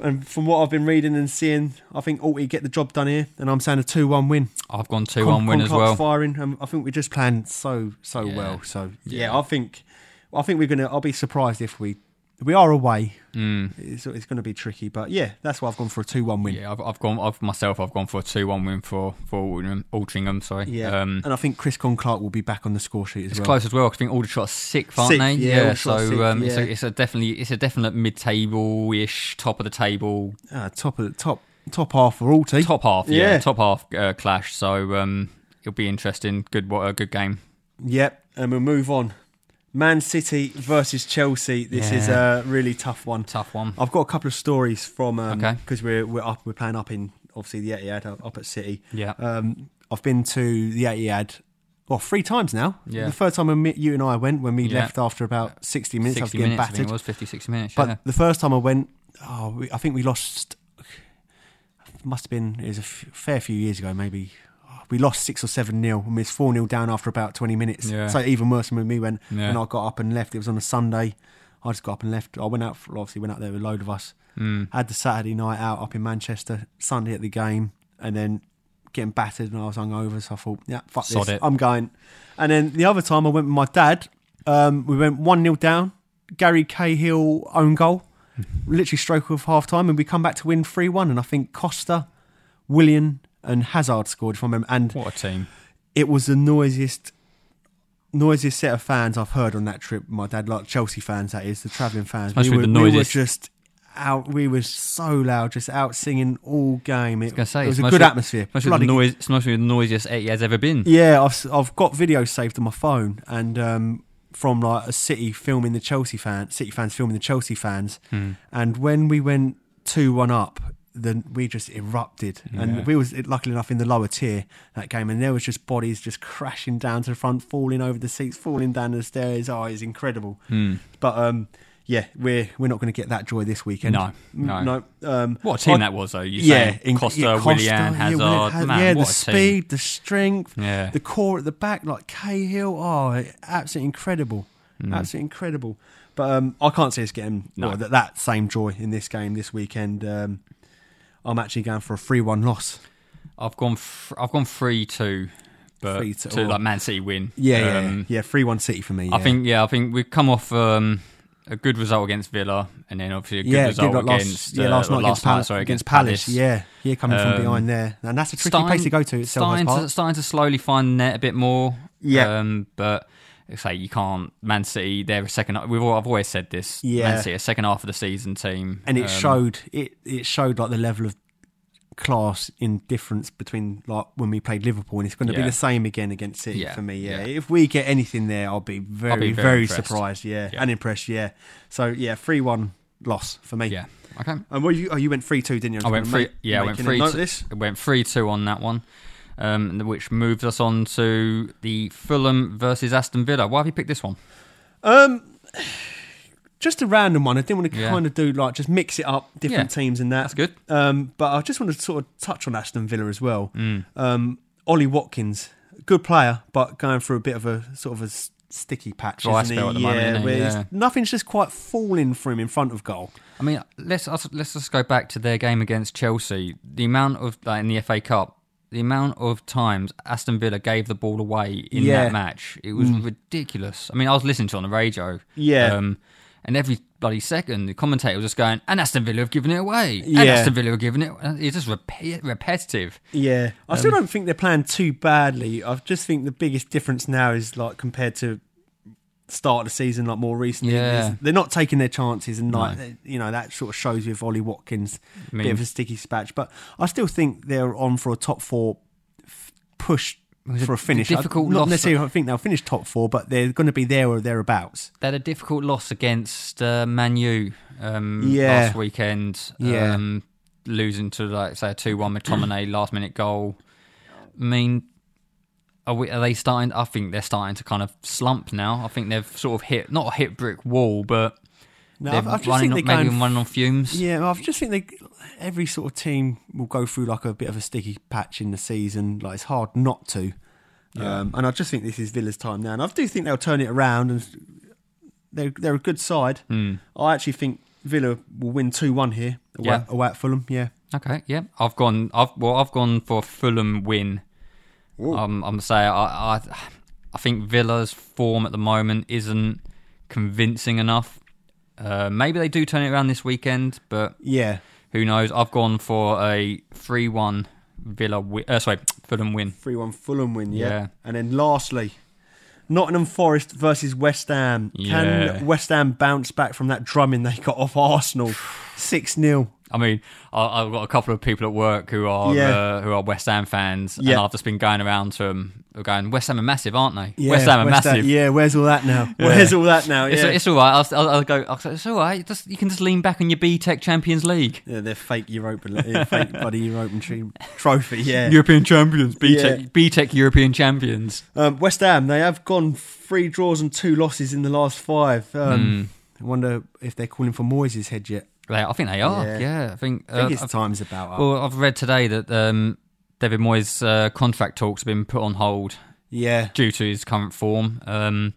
and from what I've been reading and seeing, I think Alty get the job done here, and I'm saying a two one win. I've gone two one win as Concoct's well. Firing, um, I think we're just playing so so Yeah. well. So Yeah. yeah. I think I think we're gonna. I'll be surprised if we we are away. It's, it's going to be tricky, but yeah, that's why I've gone for a two-one win. Mm. Yeah, I've, I've gone. I've myself. I've gone for a two-one win for for Altrincham. Altrincham sorry. Yeah, Um, and I think Chris Con Clark will be back on the score sheet as it's well. close as well. 'cause I think Aldershot are sixth, aren't Sixth, they? yeah, so Aldershot sixth, um, It's, a, yeah. it's a definitely it's a definite mid-table ish, top of the table, Ah, top of the top top half for Alty. top half. Yeah, Yeah. top half uh, clash. So um, it'll be interesting. Good, what a good game. Yep, and we'll move on. Man City versus Chelsea. This is Yeah. a really tough one. Tough one. I've got a couple of stories from um Okay. because we're we're up we're playing up in obviously the Etihad up- up at City. Yeah. Um, I've been to the Etihad well three times now. Yeah. The third time when me, you and I went when we Yeah. left after about sixty minutes, Sixty I was minutes. getting I think battered. it was 50, 60 minutes. but yeah. the first time I went, oh, we, I think we lost. Must have been it was a f- fair few years ago, maybe. Oh, We lost six or seven nil, and we was four nil down after about twenty minutes. Yeah. So even worse than when we went. Yeah. And I got up and left. It was on a Sunday. I just got up and left. I went out. For, obviously, went out there with a load of us. Mm. Had the Saturday night out up in Manchester. Sunday at the game, and then getting battered, and I was hungover. So I thought, yeah, fuck Sod this. it. I'm going. And then the other time I went with my dad. Um, we went one 0 down. Gary Cahill own goal, literally stroke of half time, and we come back to win three one. And I think Costa, Willian, and Hazard scored. If I remember, and what a team. it was the noisiest noisiest set of fans I've heard on that trip. My dad, like Chelsea fans, that is the travelling fans. Must we, be were, the we were noisiest. just out. We were so loud, just out singing all game. It, I was gonna say, it was it's a mostly- good atmosphere. Mostly the Bloody- noise. It's mostly the noisiest eight has ever been. yeah, I've s- I've got videos saved on my phone and um, from like a city filming the Chelsea fans, city fans filming the Chelsea fans, Hmm. and when we went two one up. Then we just erupted, Yeah. and we was luckily enough in the lower tier that game, and there was just bodies just crashing down to the front, falling over the seats, falling down the stairs. Oh, it's incredible. Hmm. But um, yeah, we're we're not going to get that joy this weekend. No, no. no. Um, What a team I- that was, though. You yeah, yeah, Costa, yeah, Willian, yeah, Hazard. Willian, Ha- man, yeah, what the a team. speed, the strength, Yeah. the core at the back, like Cahill. Oh, absolutely incredible, absolutely incredible. But um, I can't see us getting Mm. No. well, that, that same joy in this game this weekend. Um, I'm actually going for a three-one loss. I've gone. F- I've gone three two, but Three to, to- like Man City win. Yeah, yeah, Um, yeah, three-one City for me. yeah. I think. Yeah, I think we've come off um, a good result against Villa, and then obviously a good yeah, result good luck last- against yeah, uh, last night last against, Pal- night, sorry, against Palace. Yeah, yeah, coming Um, from behind there, and that's a tricky Starting- place to go to. It's Selhurst starting to Park. starting to slowly find net a bit more. Yeah. um, but. like I Say you can't. Man City, they're a second. We've all, I've always said this. Yeah. Man City, a second half of the season team, and it Um, showed it it showed like the level of class in difference between like when we played Liverpool and it's going to Yeah. be the same again against City Yeah, for me yeah. yeah. if we get anything there I'll be very be very very, impressed. surprised yeah. Yeah. and impressed yeah so yeah 3-1 loss for me Yeah. Okay. and well you oh, you went 3-2 didn't you I gonna went three. make- Yeah, I went making a three. note of t- this I went three two on that one, um, which moves us on to the Fulham versus Aston Villa. Why have you picked this one? just a random one I didn't want to Yeah. kind of do like just mix it up different Yeah. teams and that That's good. Mm. Um, but I just want to sort of touch on Aston Villa as well. Um, Ollie Watkins good player, but going through a bit of a sort of a s- sticky patch, Dry isn't spell he? at the yeah, moment, isn't he? where it's- Yeah. nothing's just quite falling for him in front of goal. I mean, let's let's let's just go back to their game against Chelsea. The amount of like, in the FA Cup, the amount of times Aston Villa gave the ball away in Yeah. Mm. that match, it was ridiculous. I mean, I was listening to it on the radio, Yeah. um, and every bloody second the commentator was just going, "And Aston Villa have given it away, Yeah. and Aston Villa have given it." and It's just repeat, repetitive. Yeah, I still um, don't think they're playing too badly. I just think the biggest difference now is like compared to start of the season, like more recently, Yeah. is they're not taking their chances, and like No. you know that sort of shows with Ollie Watkins, mean- bit of a sticky spatch. But I still think they're on for a top four f- push. For a finish, I- difficult not loss. necessarily. I think they'll finish top four, but they're going to be there or thereabouts. They had a difficult loss against uh, Man U um, Yeah. last weekend. Yeah. Um, losing to like say a two-one McTominay last minute goal. I mean, are, we, are they starting? I think they're starting to kind of slump now. I think they've sort of hit not a hit brick wall, but No, they're I, I just running think on, they're maybe going running on fumes. Yeah, well, I just think they, every sort of team will go through like a bit of a sticky patch in the season. Like it's hard not to. Um, and I just think this is Villa's time now, and I do think they'll turn it around. And they're they're a good side. Hmm. I actually think Villa will win two one here away, Yeah. away at Fulham. Yeah, Okay, yeah, I've gone. I've well, I've gone for a Fulham win. Um, I'm saying I, I, I think Villa's form at the moment isn't convincing enough. Uh, maybe they do turn it around this weekend, but yeah, who knows? I've gone for a three-one Villa. Wi- uh, sorry, Fulham win. three one Fulham win. Yeah. Yeah. and then lastly. Nottingham Forest versus West Ham. Yeah. Can West Ham bounce back from that drumming they got off Arsenal? 6 0. I mean, I, I've got a couple of people at work who are Yeah. uh, who are West Ham fans, and Yeah. I've just been going around to them, going, "West Ham are massive, aren't they? Yeah, West Ham are massive." yeah, where's all that now? Where's all that now? Yeah. It's, it's all right. I'll, I'll, I'll go. I'll, say, it's all right. Just, you can just lean back on your B Tech Champions League. Yeah, they're fake Europa, yeah, fake bloody Europa team trophy. Yeah, European champions, B Tech, Yeah. B Tech European champions. um, West Ham they have gone three draws and two losses in the last five. Um, Hmm. I wonder if they're calling for Moyes' head yet. They, I think they are. Yeah. Yeah, I think. I Uh, think I've- his time's about up. well, I've read today that um, David Moyes' uh, contract talks have been put on hold yeah, due to his current form. Um,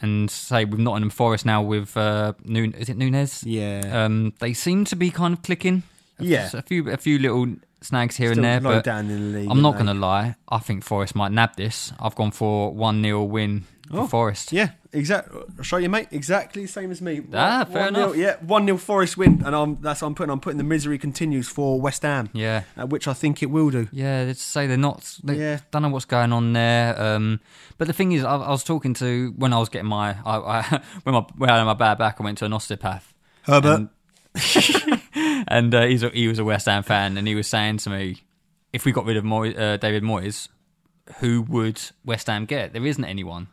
and say with Nottingham Forest now with uh, Nun- is it Nunez? yeah, Um, they seem to be kind of clicking. A f- Yeah. a few a few little snags here Still and there, low but down in the league. I'm not aren't going to lie. I think Forest might nab this. I've gone for 1 0 win for Forest. they? Yeah, exactly. I'll show you, mate. Exactly the same as me. Ah, One- fair one nil- enough. yeah, one 0 Forest win, and I'm that's what I'm putting. I'm putting the misery continues for West Ham. Yeah. uh, which I think it will do. Yeah, let's say they're not. They Yeah. don't know what's going on there. Um, but the thing is, I, I was talking to when I was getting my I, I when my when I had my bad back, I went to an osteopath. Herbert. And- and uh, he's a, he was a West Ham fan, and he was saying to me, if we got rid of Moy, uh, David Moyes, who would West Ham get? There isn't anyone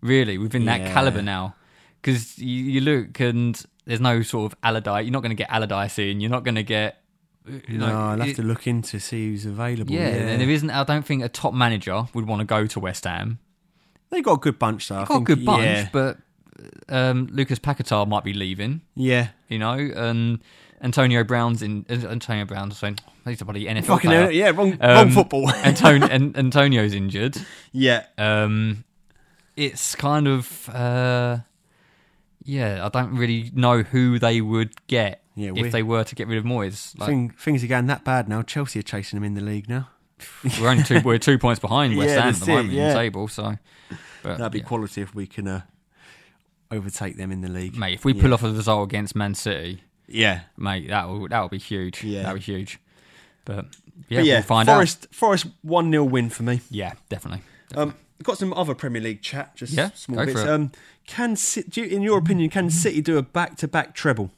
really within Yeah. that caliber now, because you, you look and there's no sort of Allardyce. You're not going to get Allardyce in. You're not going to get. You know, no, I'll have it- to look in to see who's available. yeah, and there isn't. I don't think a top manager would want to go to West Ham. They got a good bunch, though. I Got a think. good bunch, Yeah. but um, Lucas Pacatar might be leaving. yeah. You know, and Antonio Brown's in. uh, Antonio Brown's saying he's a bloody NFL Fucking player. hell, yeah, wrong, Um, wrong football. Anton- An- Antonio's injured. yeah, Um, it's kind of uh, yeah. I don't really know who they would get Yeah, we- if they were to get rid of Moyes. Like, Thing, things are going that bad now. Chelsea are chasing them in the league now. we're only two. We're two points behind West Yeah, Ham at that's the it, moment in yeah. the table. So, but That'd be Uh, yeah. quality if we can uh, overtake them in the league. mate, if we pull off a result against Man City, Yeah, mate, that will that will be huge. Yeah. that will be huge. But yeah, but yeah. we'll find out. Forest, Forest one 0 win for me. Yeah, definitely. Um, got some other Premier League chat. Just Yeah, small go bits. for it. Um, can Ci- do you, in your opinion, can City do a back to back treble?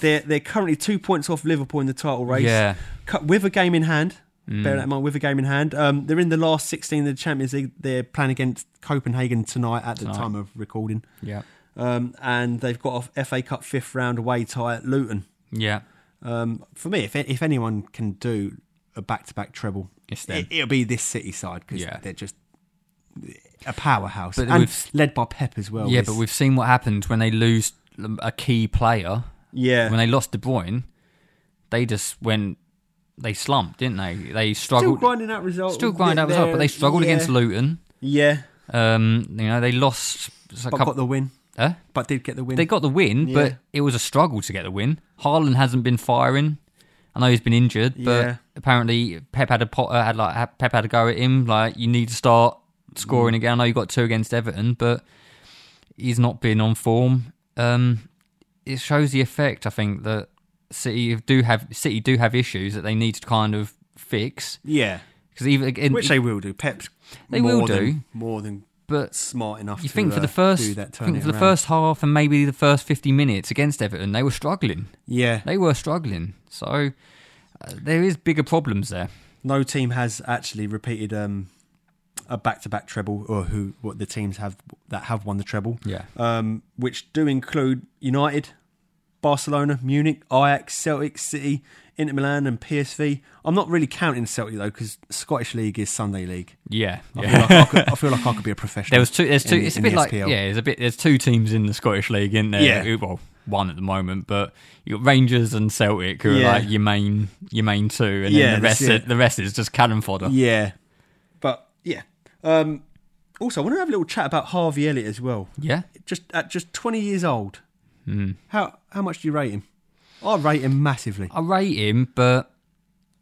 They're they're currently two points off Liverpool in the title race. Yeah. Cu- with a game in hand. Mm. Bear that in mind, with a game in hand. Um, they're in the last sixteen of the Champions League. They're playing against Copenhagen tonight at the time of recording. Yeah, Um, and they've got a FA Cup fifth round away tie at Luton. yeah, Um, for me, if if anyone can do a back to back treble, It's them. It, will be this City side because Yeah. they're just a powerhouse But and we've- led by Pep as well. yeah. It's- But we've seen what happens when they lose a key player. yeah, when they lost De Bruyne, they just went they slumped, didn't they? They Still struggled. grinding out results. Still grind out results, but they struggled against Luton. Yeah, Um, you know, they lost a but couple. got the win. Huh? But did get the win. They got the win, but Yeah. it was a struggle to get the win. Haaland hasn't been firing. I know he's been injured, but Yeah. apparently Pep had a pot, uh, had like had- Pep had a go at him. Like you need to start Mm. scoring again. I know you got two against Everton, but he's not been on form. Um, it shows the effect. I think that City do have City do have issues that they need to kind of fix yeah, because even again, which they will do. Pep's They more will than, do. more than but smart enough. You to, think for uh, the first, do I that think turn for it the around. first half and maybe the first fifty minutes against Everton, they were struggling. yeah, They were struggling. So uh, there is bigger problems there. no team has actually repeated um, a back-to-back treble, or who what the teams have that have won the treble. Yeah. um, which do include United, Barcelona, Munich, Ajax, Celtic, City, Inter Milan, and PSV. I'm not really counting Celtic though, because Scottish League is Sunday League. Yeah. I, yeah. feel, like I, could, I feel like I could be a professional. There was two. There's two. in the- it's a in the bit like SPL. yeah. There's a bit. There's two teams in the Scottish league in there. Yeah. who- Well, one at the moment, but you got Rangers and Celtic who Yeah. are like your main, your main two, and Yeah, then the that's rest, it. the rest is just cannon fodder. Yeah, but yeah. Um, also, I want to have a little chat about Harvey Elliott as well. Yeah. Just at just 20 years old, Hmm. how how much do you rate him? I rate him massively. I rate him, but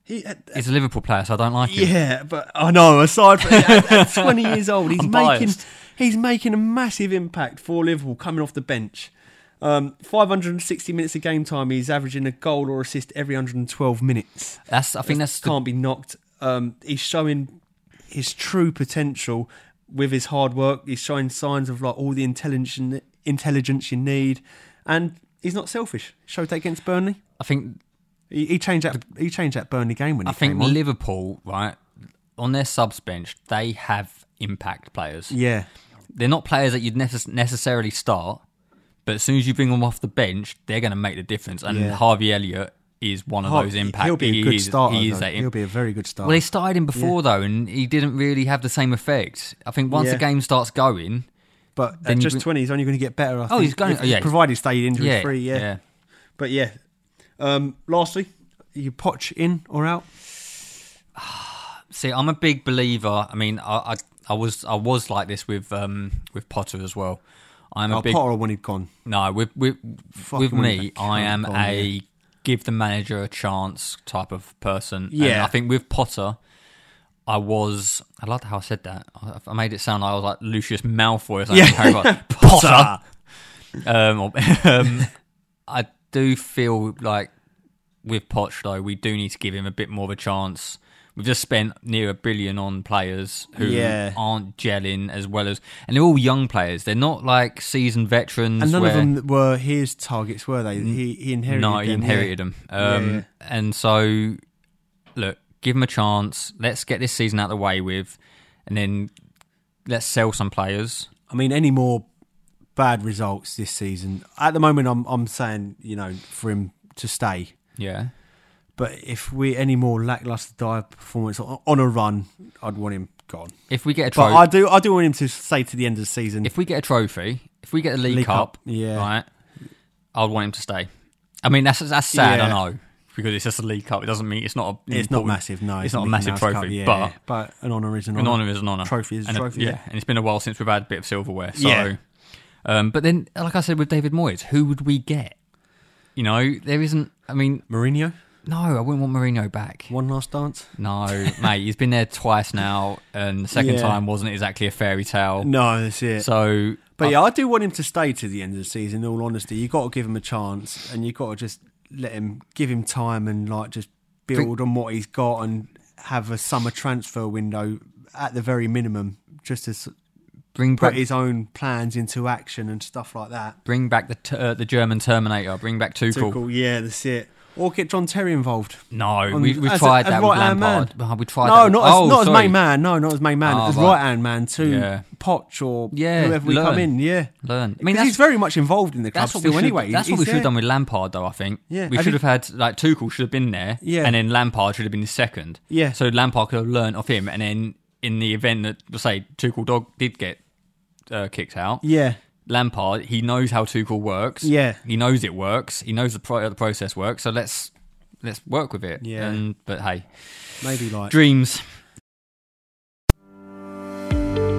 He, uh, he's a Liverpool player, so I don't like him. Yeah, but I know. Aside from at, at 20 years old, he's I'm making biased. he's making a massive impact for Liverpool coming off the bench. Um, 560 minutes of game time. He's averaging a goal or assist every 112 minutes. That's. I think that's the Can't be knocked. Um, he's showing his true potential with his hard work. He's showing signs of like all the intelligence intelligence you need, and he's not selfish. Showed that against Burnley. I think He, he changed that. He changed that Burnley game when he I think came on. Liverpool, right, on their subs bench, they have impact players. yeah, They're not players that you'd necess- necessarily start, but as soon as you bring them off the bench, they're going to make the difference. And Yeah. Harvey Elliott is one of Har- those impact. He'll be a good he is- starter. He is though. that im- He'll be a very good starter. well, they started him before though, and he didn't really have the same effect. I think once Yeah. the game starts going, but at then you just bring- twenty, he's only going to get better. I Oh, think, he's gonna- if- oh, yeah. provided he stayed injury yeah, free. Yeah. yeah. but yeah. Um, lastly, you Poch in or out? See, I'm a big believer. I mean, I, I, I was, I was like this with, um, with Potter as well. I'm a Oh, big Potter when he'd gone. No, with with, with Fucking me, with that I am cunt on a give the manager a chance type of person. And Yeah. I think with Potter, I was. I liked how I said that. I, I made it sound like I was like Lucius Malfoy or something. Yeah. Harry Potter. Potter. um, or- um, I do feel like with Poch though, we do need to give him a bit more of a chance. We've just spent near a billion on players who Yeah. aren't gelling as well as, and they're all young players. They're not like seasoned veterans. And none where, of them were his targets, were they? He, he inherited. No, them, he inherited yeah. them. Um, Yeah, yeah. And so, look, give him a chance. Let's get this season out of the way with, and then let's sell some players. I mean, any more bad results this season? At the moment, I'm I'm saying you know for him to stay. Yeah. But if we any more lackluster dive performance on, on a run, I'd want him gone. If we get a But trophy, I do I do want him to stay to the end of the season. if we get a trophy, if we get a League, League Cup, Cup, yeah. right, I'd want him to stay. I mean, that's that's sad. Yeah. I know because it's just a League Cup. It doesn't mean it's not. A, It's not important- massive, no. it's not a Mickey massive Mouse Cup, trophy, yeah, but but an honour is an an honour. honour is an honour. Trophy is a And trophy, yeah. and it's been a while since we've had a bit of silverware. So, Yeah. um, but then, like I said, with David Moyes, who would we get? You know, there isn't. I mean, Mourinho, no, I wouldn't want Mourinho back. one last dance. No, mate, he's been there twice now, and the second Yeah. time wasn't exactly a fairy tale. No, that's it. So, but I- yeah, I do want him to stay to the end of the season. In all honesty, you got to give him a chance, and you got to just let him give him time and like just build on what he's got and have a summer transfer window at the very minimum, just to s- bring put back his own plans into action and stuff like that. bring back the ter- uh, the German Terminator. Bring back Tuchel. Cool. Yeah, that's it. Or get John Terry involved. No, On- we, we as a- as tried that with right-hand Lampard. man. Oh, We tried No, that. not as, oh, not as sorry. main man. No, not as main man. Oh, as right. right hand man too. Yeah. Poch or Yeah, whoever we learn. come in. Yeah, Learn. I I mean, mean, that's- he's very much involved in the club That's what still. we should, anyway, that's He's what we should have there. done with Lampard, though. I think. Yeah, we have should you- have had like Tuchel should have been there. Yeah. and then Lampard should have been the second. Yeah. so Lampard could have learnt off him, and then in the event that let's say Tuchel dog did get uh, kicked out, Yeah, Lampard he knows how Tuchel works. Yeah. he knows it works. He knows the, pro- the process works. So let's let's work with it. Yeah. And, but hey, Maybe like. dreams.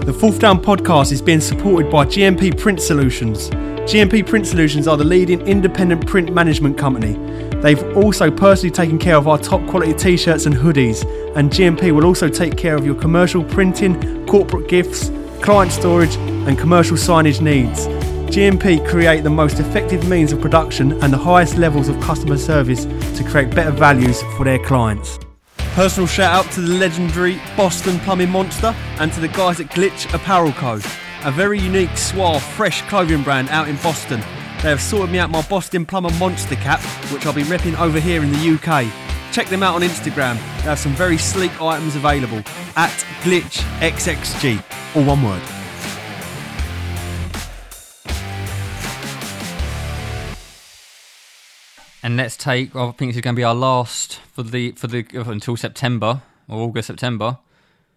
The Fourth Down podcast is being supported by GMP Print Solutions. GMP Print Solutions are the leading independent print management company. They've also personally taken care of our top quality t shirts and hoodies, and GMP will also take care of your commercial printing, corporate gifts, client storage, and commercial signage needs. GMP create the most effective means of production and the highest levels of customer service to create better values for their clients. Personal shout out to the legendary Boston Plumbing Monster and to the guys at Glitch Apparel Co. A very unique, suave, fresh clothing brand out in Boston. They have sorted me out my Boston Plumber Monster cap, which I'll be repping over here in the UK. Check them out on Instagram. They have some very sleek items available at GlitchXXG, all one word. And let's take. I think this is going to be our last for the for the until September or August September.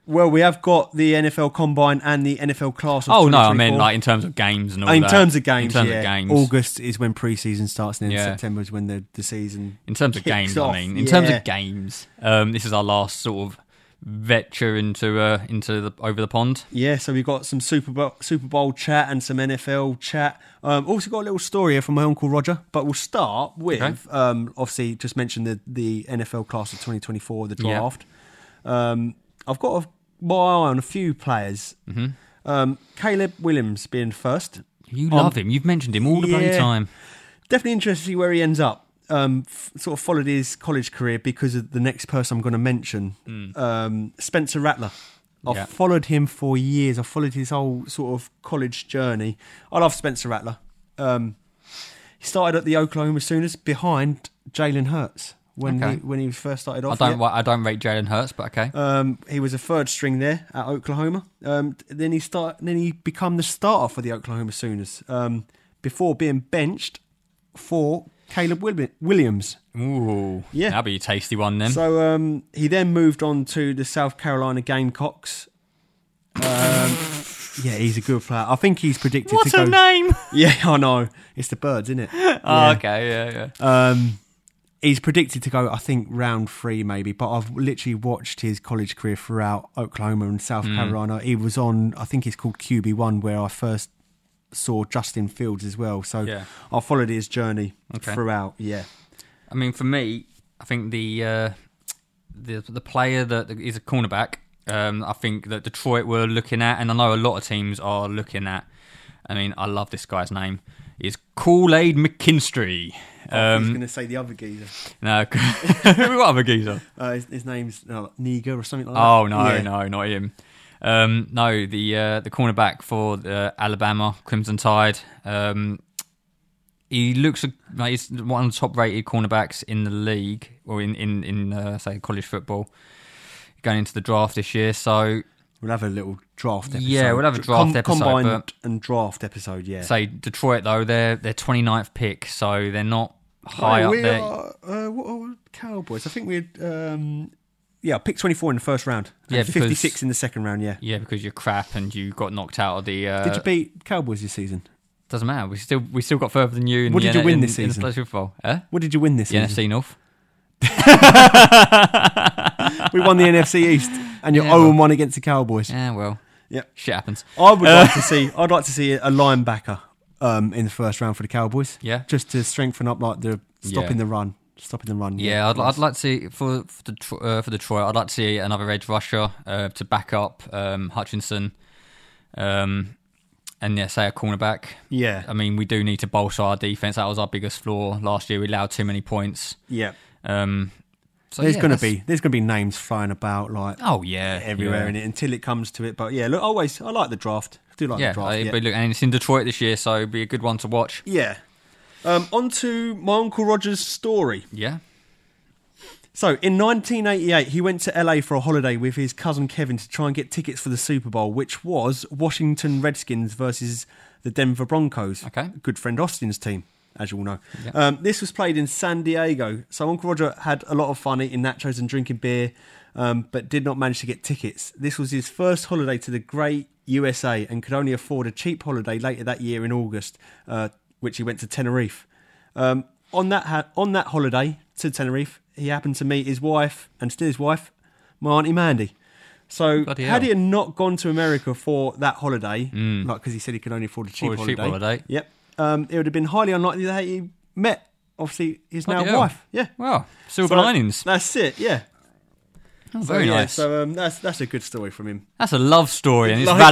Well, we have got the NFL Combine and the NFL Class. Of Oh no, I mean 2024. like in terms of games and all Oh, in that. terms of games, In terms yeah. of games. August is when preseason starts, and then Yeah. September is when the, the season. In terms of kicks games, off, I mean. In terms yeah. of games, um, this is our last sort of venture into uh, into the over the pond. Yeah, so we've got some Super Bowl, Super Bowl chat and some NFL chat. Um, also got a little story here from my uncle Roger, but we'll start with Okay. um, obviously just mentioned the the NFL class of 2024, the Yeah. draft. Um, I've got a, my eye on a few players. Mm-hmm. Um, Caleb Williams being first. You love him. You've mentioned him all the bloody Um, yeah. time. definitely interested to see where he ends up. Um, f- sort of followed his college career because of the next person I'm going to mention, um, Spencer Rattler. I've Mm. Yeah. followed him for years. I followed his whole sort of college journey. I love Spencer Rattler. Um, he started at the Oklahoma Sooners behind Jalen Hurts when he, Okay. when he first started I off. don't Yeah. wa- I don't rate Jalen Hurts, but okay. Um, he was a third string there at Oklahoma. Um, then he start, then he become the starter for the Oklahoma Sooners um, before being benched for Caleb Wil- Williams. Ooh, yeah. that'll be a tasty one then. So um, he then moved on to the South Carolina Gamecocks. Um, yeah, he's a good player. I think he's predicted What's to go. her name? Yeah, I know. It's the birds, isn't it? Oh, Yeah. okay, yeah, yeah. Um, he's predicted to go, I think, round three maybe. But I've literally watched his college career throughout Oklahoma and South Mm. Carolina. He was on, I think it's called QB One, where I first saw Justin Fields as well. So Yeah. I followed his journey Okay. throughout. Yeah, I mean, for me, I think the uh, the the player that is a cornerback. Um, I think that Detroit were looking at, and I know a lot of teams are looking at. I mean, I love this guy's name. Is Kool Aid McKinstry? I was Um, going to say the other geezer. no, what other geezer? Uh, his, his name's uh, Niga or something like that. Oh no, Yeah. no, not him. Um, no, the uh, the cornerback for the Alabama Crimson Tide. Um, he looks a- like he's one of the top rated cornerbacks in the league or in in in uh, say college football. Going into the draft this year, so We'll have a little draft episode. Yeah, we'll have a draft episode, Combined but- and draft episode, yeah. say Detroit though they're they're 29th pick, so they're not high Oh, up we there. Are, uh, what are we- Cowboys? I think we had, um, yeah, pick 24 in the first round. and Yeah, because- 56 in the second round, yeah. Yeah, because you're crap and you got knocked out of the. Uh, Did you beat Cowboys this season? Doesn't matter. We still we still got further than you. In What the did you N- win in- this in the season? College football? Huh? What did you win this The season? NFC North. We won the NFC East, and you're Yeah, 0 1 against the Cowboys. Yeah, well, Yeah. shit happens. I would like to see. I'd like to see a linebacker um, in the first round for the Cowboys. Yeah. just to strengthen up, like the stopping Yeah. the run, stopping the run. Yeah, I'd, I'd like to see for for, Detro- uh, for Detroit. I'd like to see another edge rusher uh, to back up um, Hutchinson, um, and yeah, say a cornerback. Yeah. I mean we do need to bolster our defense. That was our biggest flaw last year. We allowed too many points. yeah. Um, so There's yeah, gonna that's- be there's gonna be names flying about like oh yeah everywhere yeah. in it until it comes to it. But yeah, look, always I like the draft. I do like Yeah, the draft. I- yeah. but look, and it's in Detroit this year, so it'd be a good one to watch. Yeah. Um, on to my Uncle Roger's story. Yeah, So, in 1988, he went to LA for a holiday with his cousin Kevin to try and get tickets for the Super Bowl, which was Washington Redskins versus the Denver Broncos. Okay. Good friend Austin's team, as you all know. Um, this was played in San Diego. So, Uncle Roger had a lot of fun eating nachos and drinking beer, um, but did not manage to get tickets. This was his first holiday to the great USA and could only afford a cheap holiday later that year in August, uh, which he went to Tenerife. Um, on that ha- on that holiday to Tenerife, he happened to meet his wife and still his wife, my auntie Mandy. So Bloody had hell. he had not gone to America for that holiday, like because he said he could only afford a cheap, Or a cheap holiday. Yep, um, it would have been highly unlikely that he met obviously his now Bloody hell. wife. Yeah, Wow. Silver So linings. That's it. Yeah, So, Oh, very yeah, nice. So um, that's that's a good story from him. That's a love story, and it's Like, yeah,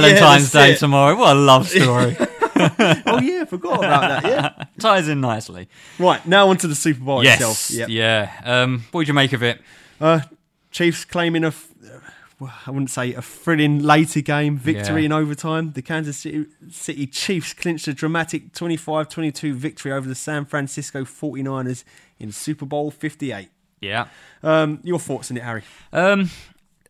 that's Valentine's Day it. tomorrow. What a love story. oh yeah, forgot about that. Yeah. Ties in nicely. Right now onto the Super Bowl itself. Yes. Yep. Yeah. Um, what did you make of it? Uh, Chiefs claiming a, f- well, I wouldn't say a thrilling later game victory Yeah. in overtime. The Kansas City, City Chiefs clinched a dramatic 25-22 victory over the San Francisco 49ers in Super Bowl 58. Yeah. Um, your thoughts on it, Harry? Um,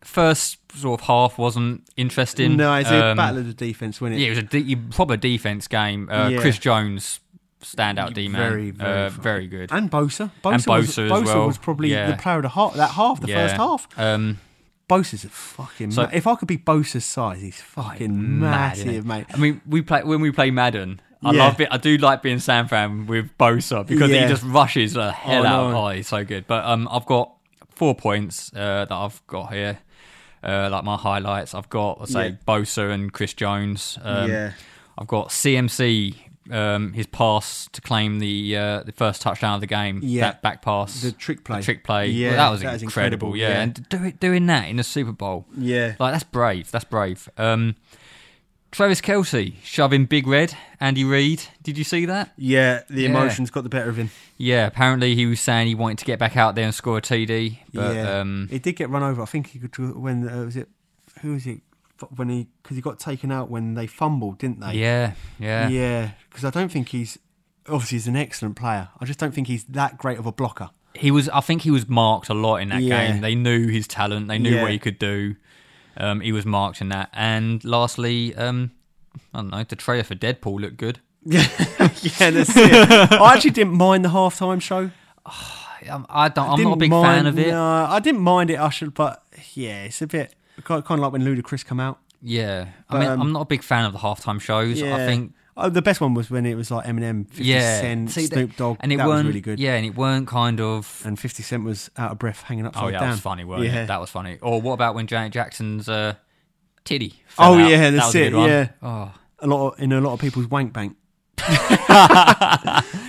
first sort of half wasn't interesting. No, it's a Um, battle of the defense, wasn't it? Yeah, it was a de- proper defense game. Uh, Yeah. Chris Jones, standout D man, Very, very uh, fucking- very good. And Bosa. Bosa, was, And Bosa as Bosa well. was probably the Yeah. player of the half, that half, the Yeah. first half. Um, Bosa's a fucking. So- ma- if I could be Bosa's size, he's fucking mad, isn't massive, it? mate. I mean, we play when we play Madden. I Yeah. love it. I do like being San Fran with Bosa because Yeah. he just rushes the hell Oh, out. no. Oh, he's so good. But um, I've got four points uh, that I've got here. Uh, like my highlights, I've got I say Yeah. Bosa and Chris Jones. Um, Yeah. I've got CMC. Um, his pass to claim the uh, the first touchdown of the game. Yeah. That back pass. The trick play. trick play. Yeah, Well, that was that was incredible. incredible, Yeah. yeah. And do it, doing that in the Super Bowl. Yeah. Like that's brave. That's brave. Um, Travis Kelsey shoving Big Red, Andy Reid. Did you see that? Yeah, the Yeah. emotions got the better of him. Yeah, apparently he was saying he wanted to get back out there and score a TD, but yeah, um, it did get run over. I think he could when uh, was it? Who was it? When he because he got taken out when they fumbled, didn't they? yeah, yeah, yeah. Because I don't think he's obviously he's an excellent player. I just don't think he's that great of a blocker. he was. I think he was marked a lot in that Yeah. game. They knew his talent. They knew Yeah. what he could do. Um, he was marked in that. And lastly, um, I don't know. The trailer for Deadpool looked good. yeah, that's it. I actually didn't mind the halftime show. I'm, I don't. I'm didn't not a big mind, fan of it. No, I didn't mind it. I should, but yeah, it's a bit kind of like when Ludacris come out. Yeah, I mean, um, I'm not a big fan of the halftime shows. Yeah. I think Oh, the best one was when it was like Eminem, 50 Cent, See, that- Snoop Dogg, and it that was weren't really good. Yeah, and it weren't kind of. and 50 Cent was out of breath hanging upside Oh yeah, down. that was funny, was yeah. That was funny. Or what about when Janet Jackson's uh, titty? fell Oh, out? yeah, that that's was a it, good one. yeah. Oh, a lot of, in a lot of people's wank bank.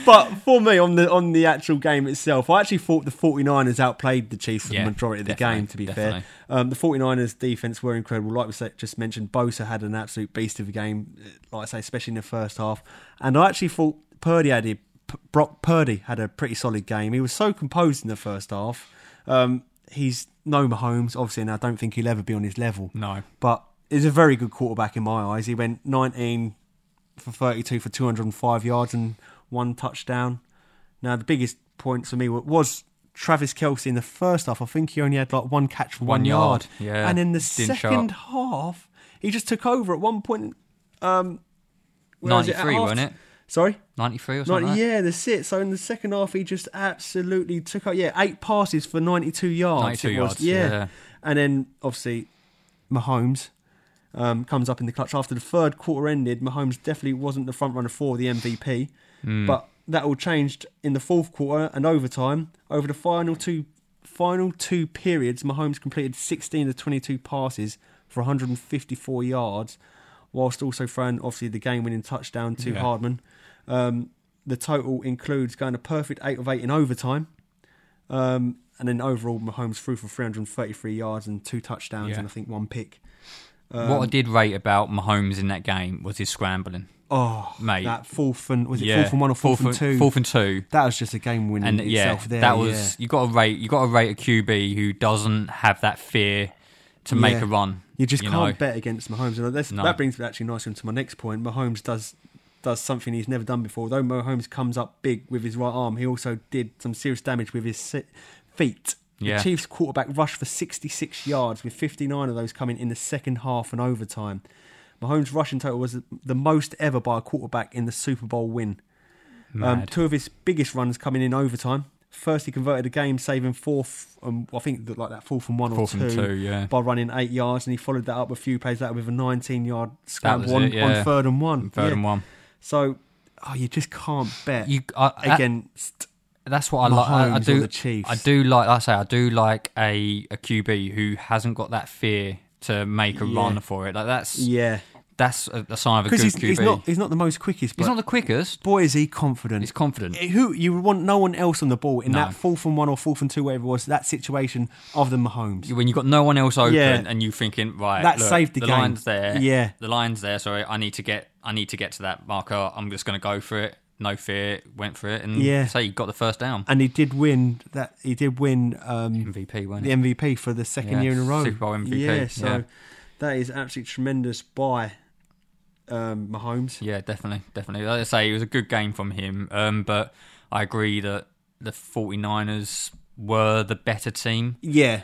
but for me on the on the actual game itself, I actually thought the 49ers outplayed the Chiefs for Yeah, the majority of the definitely, game to be definitely. fair. Um, the 49ers defense were incredible. Like we said- just mentioned, Bosa had an absolute beast of a game, like I say especially in the first half. And I actually thought Purdy had a, P- Brock Purdy had a pretty solid game. He was so composed in the first half. Um, he's no Mahomes obviously and I don't think he'll ever be on his level no. but he's a very good quarterback in my eyes. He went 19 for 32 for 205 yards and one touchdown. Now, the biggest point for me wa- was Travis Kelsey in the first half. I think he only had like one catch for one, One yard. yard, yeah. And in the Didn't show second half, he just took over at one point. Um, where was it? At 93, half- wasn't it? Sorry? 93 or Not, something. like that? yeah, that's it. So in the second half, he just absolutely took out. Yeah, eight passes for 92 yards. 92 it was. yards, yeah. And then obviously, Mahomes um, comes up in the clutch. After the third quarter ended, Mahomes definitely wasn't the front runner for the MVP. Hmm. But that all changed in the fourth quarter and overtime. Over the final two final two periods, Mahomes completed 16 of 22 passes for 154 yards, whilst also throwing obviously the game-winning touchdown to Yeah. Hardman. Um, the total includes going a perfect eight of eight in overtime. Um, and then overall, Mahomes threw for 333 yards and two touchdowns Yeah. and I think one pick. what Um, I did rate about Mahomes in that game was his scrambling. Oh, Mate. that fourth and was it yeah, fourth and one or fourth, and two? Fourth and two. that was just a game winner and yeah, itself. there, that was you got to rate you got to rate a QB who doesn't have that fear to make Yeah. a run. You just know? can't bet against Mahomes. And that's, No. That brings me actually nicely to my next point. Mahomes does does something he's never done before. Though Mahomes comes up big with his right arm, he also did some serious damage with his si- feet. Yeah. The Chiefs quarterback rushed for 66 yards, with 59 of those coming in the second half and overtime. Mahomes' rushing total was the most ever by a quarterback in the Super Bowl win. Um, Mad. two of his biggest runs coming in overtime. First, he converted a game saving fourth, um, I think that- like that fourth and one Fourth or and two, two, yeah. by running eight yards, and he followed that up a few plays later with a 19 yard was scramble on, it, yeah. on third and one. third Yeah. and one. So, oh, you just can't bet uh, You I, that- against that's what I like. I- I, Mahomes or do. the Chiefs. I do like. I say I do like a a QB who hasn't got that fear to make a Yeah. run for it. Like that's Yeah, that's a, a sign of a good because he's, QB. he's not he's not the most quickest, but He's not the quickest. boy is he confident. Eh, He's confident. Who you would want no one else on the ball in No. that fourth and one or fourth and two, whatever it was, that situation of the Mahomes. when you've got no one else open Yeah. and you thinking right That look, saved the game. line's there Yeah. the line's there sorry i need to get i need to get to that marker i'm just going to go for it no fear went for it and Yeah. say you got the first down And he did win that. He did win um, mvp won the MVP for the second Yeah, year in a row. Super Bowl MVP, Yeah, so yeah. that is absolutely tremendous by um, Mahomes. yeah definitely definitely like i say it was a good game from him um but i agree that the 49ers were the better team Yeah,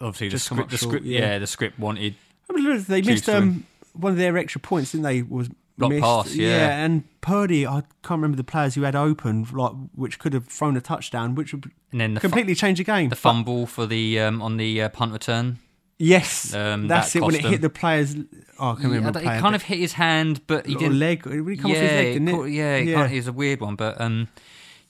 obviously the Just come script, up the short, script yeah. yeah. the script wanted I mean, look, they missed to win. um, one of their extra points, didn't they? Was Block missed. pass, yeah. and Purdy, I can't remember the players who had open, like which could have thrown a touchdown, which would and then the fu- completely change the game. the fumble for the um, on the uh, punt return yes, um, that's that it. When cost it them. hit the players, oh, I can't Yeah, remember. it kind of hit his hand, but he he didn't. leg. It really come off his yeah, leg, didn't it it? caught- yeah, it can't- it was a weird one, but um,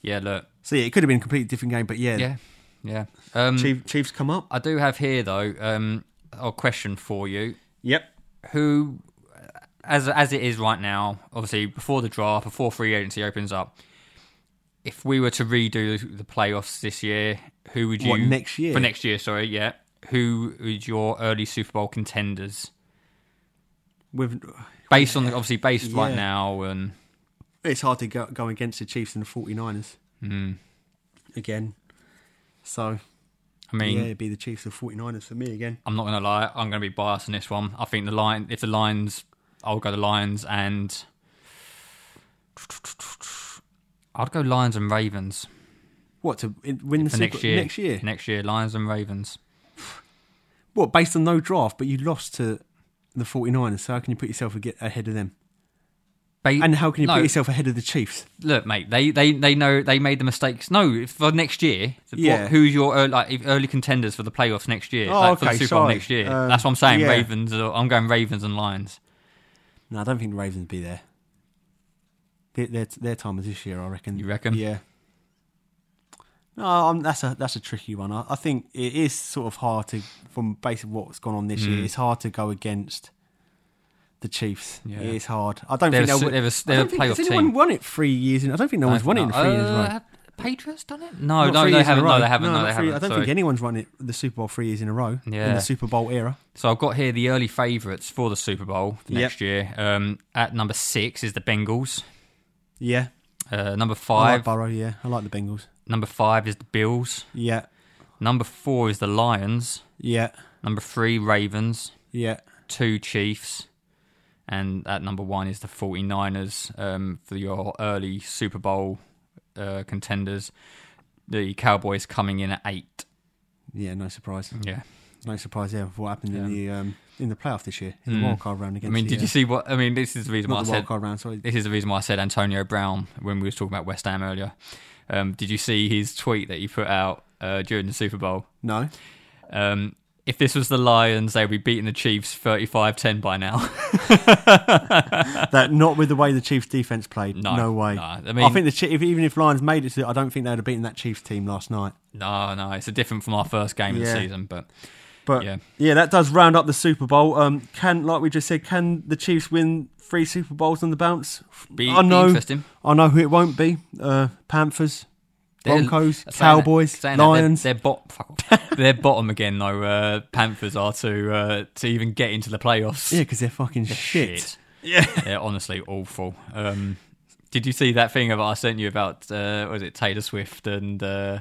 yeah, look, So yeah, it could have been a completely different game, but yeah, yeah, yeah. Um, Chief, Chiefs come up. I do have here though um, a question for you. Yep. Who, as as it is right now, obviously before the draft, before free agency opens up, if we were to redo the playoffs this year, who would you What, next year? for next year? Sorry, yeah. Who is your early Super Bowl contenders With based on the, obviously based right Yeah. now and it's hard to go, go against the Chiefs and the 49ers Hmm. again. So I mean yeah, it'd be the Chiefs and 49ers for me again. I'm not gonna lie, I'm gonna be biased in this one. I think the line, if the Lions, I'll go the Lions and I'd go Lions and Ravens What to in- win the for Super- next year. Next year. next year, Lions and Ravens. What, based on no draft, but you lost to the 49ers, so how can you put yourself ag- ahead of them? Ba- And how can you no, put yourself ahead of the Chiefs? Look, mate, they, they they know they made the mistakes. No, for next year, the- Yeah. what, who's your early, like if early contenders for the playoffs next year? Oh, like, for the okay, Super Bowl sorry. next year. Um, That's what I'm saying. yeah. Ravens. Or, I'm going Ravens and Lions. No, I don't think the Ravens would be there. Their, their, their time is this year, I reckon. You reckon? Yeah. No, um, that's a that's a tricky one. I, I think it is sort of hard to, from based on what's gone on this Hmm. year, it's hard to go against the Chiefs. Yeah. It is hard. I don't They're a think su- they'll. they're a s- I don't they're a think- has playoff anyone team. won it three years in? I don't think no one's won it in No, three years. in a uh, row. have Patriots done it? No, Not Oh, no, three they years in a haven't. row. No, they haven't. No, not they three- haven't. I don't Sorry. think anyone's run it the Super Bowl three years in a row in Yeah. the Super Bowl era. So I've got here the early favourites for the Super Bowl for Yep. next year. Um, at number six is the Bengals. Yeah, Uh, number I like five, Burrow. Yeah, I like the Bengals. number five is the Bills. Yeah, Number four is the Lions. yeah, Number three, Ravens. yeah. Two Chiefs. And at number one is the 49ers um, for your early Super Bowl uh, contenders. The Cowboys coming in at eight. Yeah, no surprise. Yeah. No surprise there for what happened in the um, in the playoff this year in the wild card round Hmm. I against. mean, the, did uh, you see what? I mean, this is the reason why I not the said wild card round? Sorry. this is the reason why I said Antonio Brown when we was talking about West Ham earlier. Um, did you see his tweet that he put out uh, during the Super Bowl? No. Um, if this was the Lions, they'd be beating the Chiefs 35-10 by now. That not with the way the Chiefs defense played. No, No, way. no. I I, mean- think the Chi- if, even if Lions made it to, I don't think they'd have beaten that Chiefs team last night. no, no, it's a different from our first game of the Yeah. season, but But Yeah. yeah. that does round up the Super Bowl. Um, can like we just said, can the Chiefs win three Super Bowls on the bounce? be, I know, be interesting. I know who it won't be. Uh, Panthers, They're- Broncos, saying that- Cowboys, saying that, they're- Lions. they're, bot, fuck off. they're bottom again though. Uh, Panthers are to uh, to even get into the playoffs. Yeah, because they're fucking shit. Yeah. honestly, awful. Um, did you see that thing about I sent you about uh, was it Taylor Swift and uh,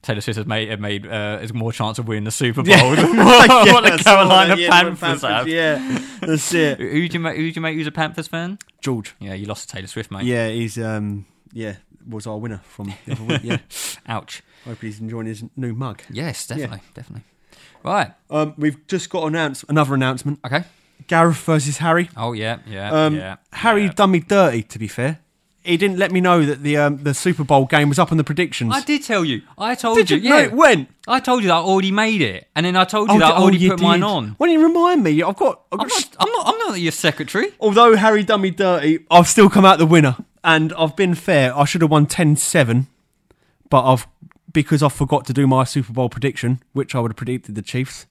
Taylor Swift has made had made uh, has more chance of winning the Super Bowl than what, what the That's all Carolina that, yeah, Panthers, have. Panthers, Yeah, that's Who it. who do you make? Who do you make? Who's a Panthers fan? George. Yeah, you lost to Taylor Swift, mate. Yeah, he's um, yeah, was our winner from the other week. Yeah, Ouch. hope he's enjoying his new mug. Yes, definitely, definitely. Right. Um, we've just got announce another announcement. Okay. Gareth versus Harry. Oh yeah, yeah, Um, yeah. Harry done me dirty. To be fair, he didn't let me know that the um, the Super Bowl game was up on the predictions. I did tell you. I told Did you? you. No, yeah. it went. I told you that I already made it, and then I told you that d- I already oh, you put mine did. on. Why didn't you remind me? I've got. I've I'm got- not. I'm not. I'm not your secretary. although Harry done me dirty, I've still come out the winner, and I've been fair. I should have won 10-7, but I've because I forgot to do my Super Bowl prediction, which I would have predicted the Chiefs,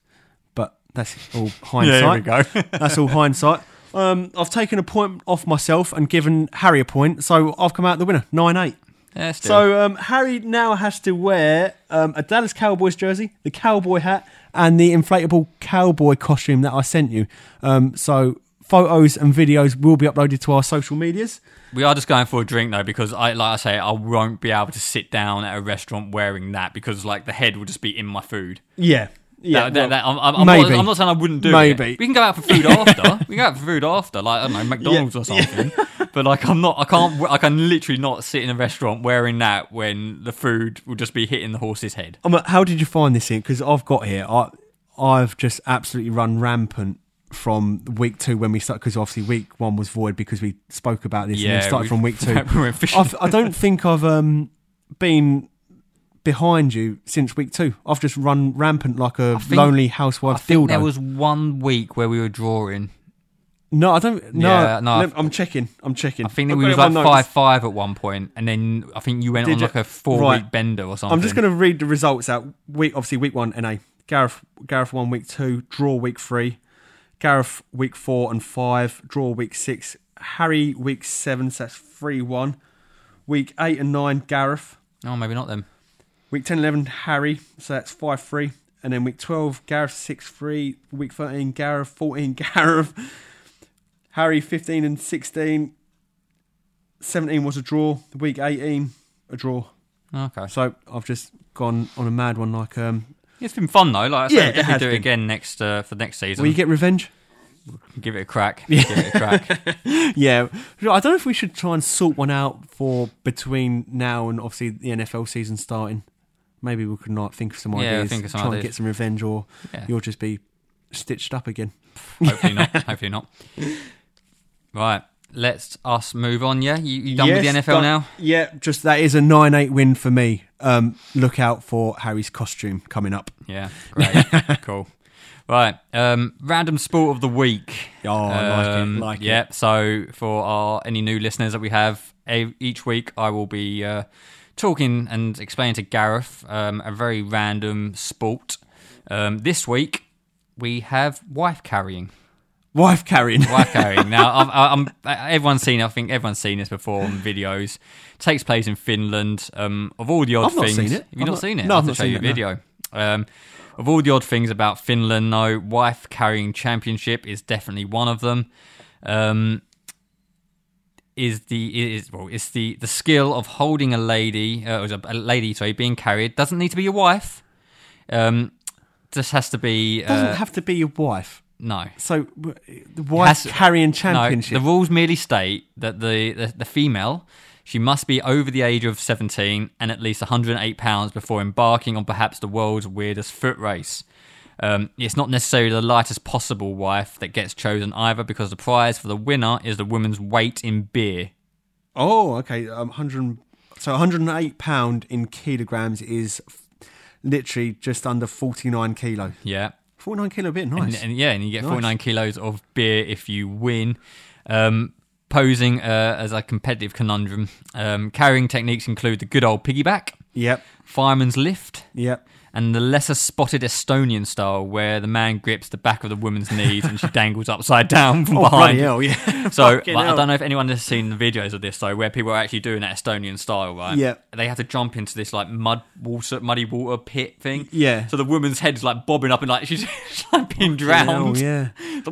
but that's all hindsight. Yeah, here we go. that's all hindsight. Um, I've taken a point off myself and given Harry a point, so I've come out the winner, nine eight. Yeah, still. So um, Harry now has to wear um, a Dallas Cowboys jersey, the cowboy hat, and the inflatable cowboy costume that I sent you. Um, so photos and videos will be uploaded to our social medias. We are just going for a drink though, because I, like I say, I won't be able to sit down at a restaurant wearing that because like the head will just be in my food. Yeah, yeah. That- that- that- I'm, I'm- I'm maybe. Not, I'm not saying I wouldn't do it. Maybe. we can go out for food after. We can go out for food after, like I don't know, McDonald's or something. but like I'm not, I can't, I can literally not sit in a restaurant wearing that when the food will just be hitting the horse's head. Um, how did you find this in? Because I've got here, I I've just absolutely run rampant from week two when we started. Because obviously week one was void because we spoke about this. and Yeah, then started we- from week two. we went fishing. I've, I don't think I've um been behind you since week two. I've just run rampant like a think- lonely I housewife think dildo. there was one week where we were drawing. no, I don't. No, Yeah, no, Lem- I've- I'm checking. I'm checking. I think that I've we got was it on like my five notes. five at one point, and then I think you went Did on you? like a four week Right. bender or something. I'm just going to read the results out. Week obviously week one NA. Gareth Gareth one week two draw week three. Gareth week four and five draw week six. Harry week seven so that's three one. Week eight and nine Gareth. Oh, maybe not them. Week 10, 11 Harry so that's five three. And then week twelve Gareth six three. Week thirteen Gareth fourteen Gareth. Harry fifteen and sixteen. Seventeen was a draw. Week eighteen a draw. Okay. So I've just gone on a mad one. Like, um, It's been fun though. Like I said, Yeah, we'll it definitely has do it been. again next uh, for next season. will you get revenge? give it a crack. Give it a crack. Yeah, I don't know if we should try and sort one out for between now and obviously the NFL season starting. Maybe we could not think of some Yeah, ideas, think of some try and ideas. get some revenge, or Yeah. you'll just be stitched up again. Hopefully not. Hopefully not. Right. Let's us move on. Yeah, you, you done with Yes, the NFL done- now? Yeah, just that is a nine-eight win for me. Um, look out for Harry's costume coming up. Yeah. Great. cool. Right. Um, random sport of the week. Oh, I like it, Um, like it. yeah. So for our any new listeners that we have a, each week, I will be uh, talking and explaining to Gareth um, a very random sport. Um, this week we have wife carrying. Wife carrying. Wife carrying. Now, I've, I- I'm, everyone's seen. I think everyone's seen this before on videos. takes place in Finland. Um, of all the odd I've not things, seen it. have you I've not, not- seen it? no, I'll I've have not to show seen you a it, no. video. Um, of all the odd things about Finland, though, wife carrying championship is definitely one of them. Um, is the is well, it's the the skill of holding a lady, uh, it was a, a lady, sorry, being carried doesn't need to be your wife. Um, just has to be Doesn't uh, have to be your wife. no. So w- the wife Has- carrying No, championship. the rules merely state that the, the, the female she must be over the age of 17 and at least 108 pounds before embarking on perhaps the world's weirdest foot race. Um, it's not necessarily the lightest possible wife that gets chosen either, because the prize for the winner is the woman's weight in beer. Oh, okay. Um, hundred. So, one hundred and eight pound in kilograms is f- literally just under forty nine kilo. Yeah, Forty nine kilo, bit nice. and, and yeah, and you get Nice. 49 kilos of beer if you win. Um, posing uh, as a competitive conundrum, um, carrying techniques include the good old piggyback, yep, fireman's lift, yep. and the lesser spotted Estonian style, where the man grips the back of the woman's knees and she dangles upside down from Oh, Bloody behind. hell, yeah. So like, Fucking I hell. don't know if anyone has seen the videos of this though, where people are actually doing that Estonian style, right? Yeah. They have to jump into this like mud water, muddy water pit thing. Yeah. So the woman's head's like bobbing up and like she's, she's, like being Hell, drowned. yeah.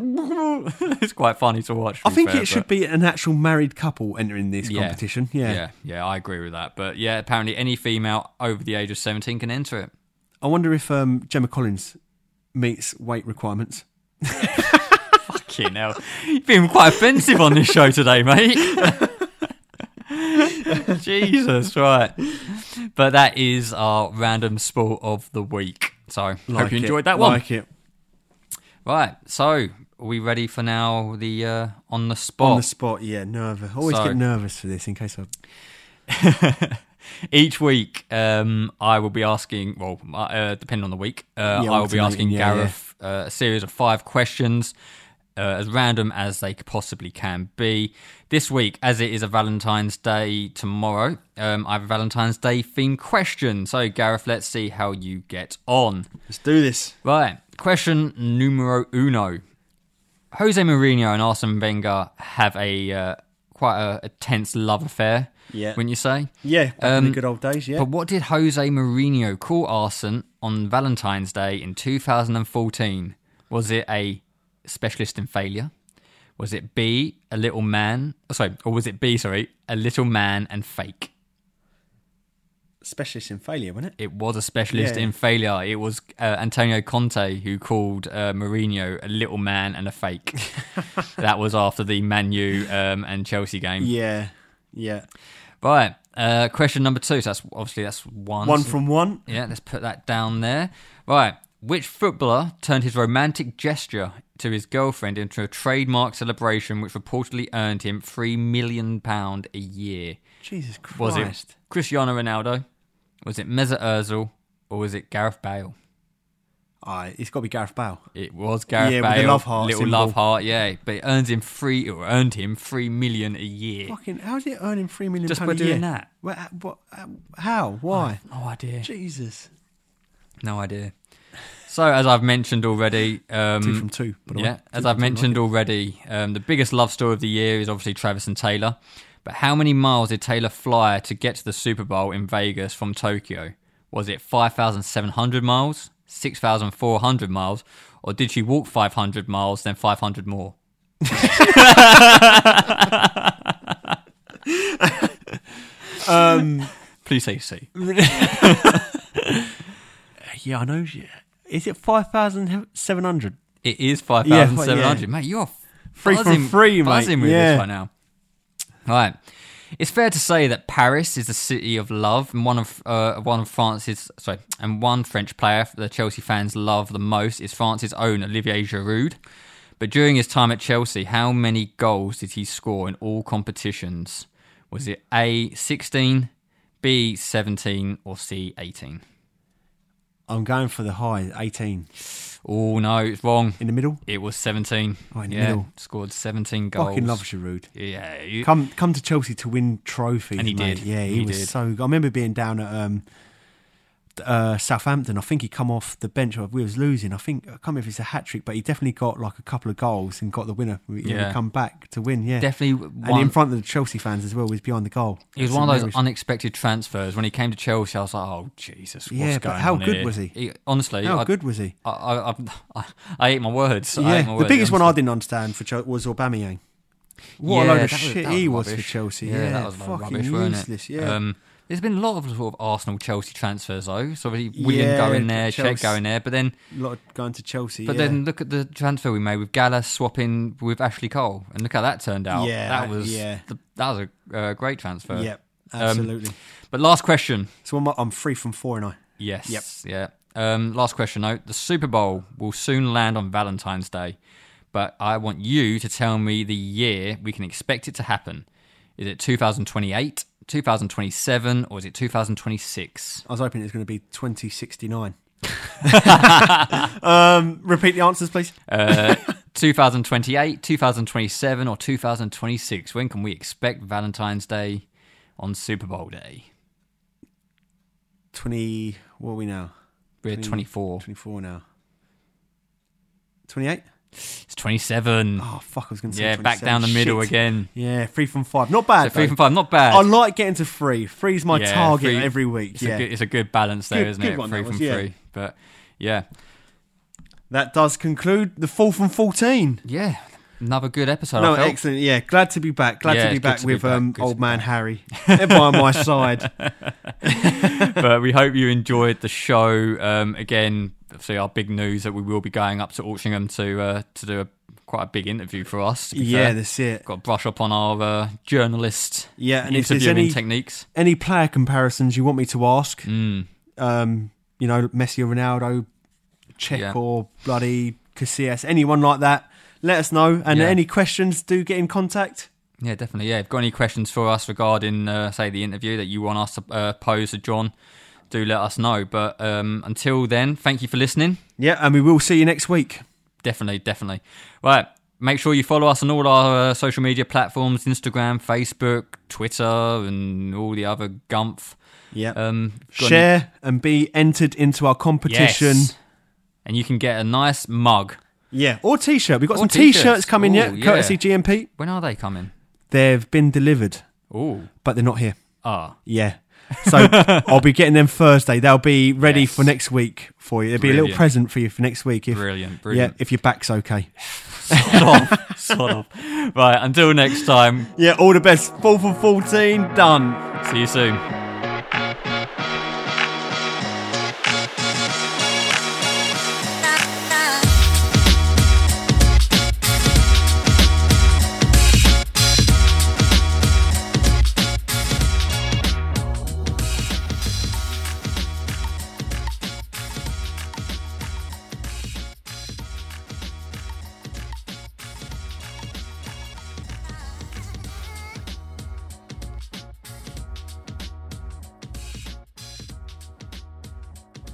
it's quite funny to watch. to I think fair, it should but- be an actual married couple entering this Yeah. competition. Yeah. yeah, yeah, I agree with that. But yeah, apparently any female over the age of seventeen can enter it. I wonder if um, Gemma Collins meets weight requirements. Fucking hell. You've been quite offensive on this show today, mate. Jesus, right. But that is our random sport of the week. So, hope Like you it, enjoyed that one. Like it. Right, so are we ready for now the uh, on the spot? On the spot, yeah, nervous. Always So- get nervous for this in case I. Each week, um, I will be asking, well, my- uh, depending on the week, uh, Yeah, I will be alternating, asking yeah, Gareth Uh, a series of five questions. uh, as random as they possibly can be. This week, as it is a Valentine's Day tomorrow, um, I have a Valentine's Day themed question. So, Gareth, let's see how you get on. Let's do this. Right, question numero uno. Jose Mourinho and Arsene Wenger have a uh, quite a, a tense love affair. Yeah. wouldn't you say? Yeah, back in the Um, good old days. Yeah, But what did Jose Mourinho call Arsene on Valentine's Day in 2014? Was it a specialist in failure? Was it B, a little man? oh, Sorry, or was it B, sorry, a little man and fake? specialist in failure, wasn't it? It was a specialist Yeah. in failure. It was uh, Antonio Conte who called uh, Mourinho a little man and a fake. that was after the Man U um, and Chelsea game. Yeah, yeah. Right, uh, question number two. So that's obviously that's one. One So- from one. Yeah, let's put that down there. Right. Which footballer turned his romantic gesture to his girlfriend into a trademark celebration which reportedly earned him £3 million a year? Jesus Christ. Was it Cristiano Ronaldo? Was it Mesut Ozil? Or was it Gareth Bale? Aye, it's got to be Gareth Bale. It was Gareth Yeah, with Bale. the love heart little symbol. love heart, yeah. But it earns him three, or earned him three million a year. Fucking, how's it earning three million? Just pound by a doing year? that. Well, uh, what, uh, how? Why? No idea. Mm. Jesus. No idea. So as I've mentioned already, um, Two from two, by the way. yeah, Two as from I've two, mentioned already, um, the biggest love story of the year is obviously Travis and Taylor. But how many miles did Taylor fly to get to the Super Bowl in Vegas from Tokyo? Was it 5,700 miles, 6,400 miles, or did she walk 500 miles, then 500 more? Um, Please say C. yeah, I know. yeah. Is it five thousand seven hundred? It is 5,700. Yeah, yeah. Mate, you are Free from buzzing, free, mate. buzzing with Yeah. this right now. All right. It's fair to say that Paris is the city of love, and one of uh, one of France's sorry, and one French player the Chelsea fans love the most is France's own Olivier Giroud. But during his time at Chelsea, how many goals did he score in all competitions? Was it A sixteen, B seventeen, or C eighteen? I'm going for the high eighteen Oh no, it's wrong. in the middle. It was 17. Oh, in the yeah, middle. scored 17 goals. Fucking love Giroud. Yeah, you, Come, come to Chelsea to win trophies. And he mate. did. Yeah, he, He was did. so. I remember being down at um, uh, Southampton. I think he come off the bench. We was losing. I think I can't remember if it's a hat trick, but he definitely got like a couple of goals and got the winner. He Yeah. come back to win. Yeah, definitely And in one. front of the Chelsea fans as well, he was behind the goal. He was It's one of those hilarious. unexpected transfers. When he came to Chelsea, I was like, "Oh Jesus, what's Yeah, but going how on good here? was he? honestly, How I, good was he? I, I, I, I ate my words. I ate yeah, my the words, biggest one I honestly. didn't understand for Chelsea was Aubameyang. What a Yeah, load of that was- shit that he was for rubbish. Chelsea. Yeah, that was a load of fucking rubbish, wasn't it? useless. Yeah. Um, there's been a lot of sort of Arsenal Chelsea transfers though. So obviously William Yeah, going there, Czech Chelsea. going there, but then a lot of going to Chelsea. but yeah. then look at the transfer we made with Gala swapping with Ashley Cole, and look how that turned out. Yeah, that was yeah. the, that was a uh, great transfer. yeah, Um, absolutely. But last question. so I'm, I'm three from four, and I. Yes. Yep. Yeah. Um, last question though. The Super Bowl will soon land on Valentine's Day, but I want you to tell me the year we can expect it to happen. Is it 2028, 2027, or is it 2026? I was hoping it was going to be 2069. um, repeat the answers, please. Uh, 2028, 2027, or 2026? When can we expect Valentine's Day on Super Bowl Day? 20. What are we now? We're Twenty- 24. 24 now. 28? It's 27. Oh, fuck, I was going to say yeah, back 27. down the middle Shit. again. Yeah, three from five. Not bad. So three though. from five, not bad. I like getting to three. Three's my Yeah, target three- every week. It's, yeah. a good, it's a good balance there, Good- not good it? one, Three that from was, yeah. three. But yeah, That does conclude the four from 14. yeah, another good episode. No, I felt. excellent. Yeah, glad to be back. Glad Yeah, to be it's good back to be with back. Um, Good to old be man Harry by my side. but we hope you enjoyed the show. Um, again, obviously, our big news that we will be going up to Altrincham to uh, to do a quite a big interview for us. to be Yeah, fair. that's it. got to brush up on our uh, journalist Yeah, and if there's interviewing any- techniques. Any player comparisons you want me to ask? Hmm. Um, you know, Messi or Ronaldo, Czech Yeah. or bloody Casillas, anyone like that, let us know. And Yeah. any questions, do get in contact. Yeah, definitely. Yeah, if you've got any questions for us regarding, uh, say, the interview that you want us to uh, pose to John, do let us know. But um, until then, thank you for listening. Yeah, and we will see you next week. Definitely, definitely. Right, Make sure you follow us on all our uh, social media platforms Instagram, Facebook, Twitter, and all the other gumph. Yeah. Um, got any- Uh, Share and be entered into our competition. Yes. And you can get a nice mug. Yeah. Or t shirt. We've got Or some t t-shirts. shirts coming Ooh, yet, yeah. courtesy GMP. When are they coming? They've been delivered, Oh, but they're not here. ah, Yeah. So I'll be getting them Thursday. They'll be ready Yes. for next week for you. There'll be a little Brilliant. present for you for next week. If, brilliant, Yeah, brilliant. if your back's okay. Sod off, sod off. Right, until next time, Yeah, all the best. 4 for 14, done. see you soon.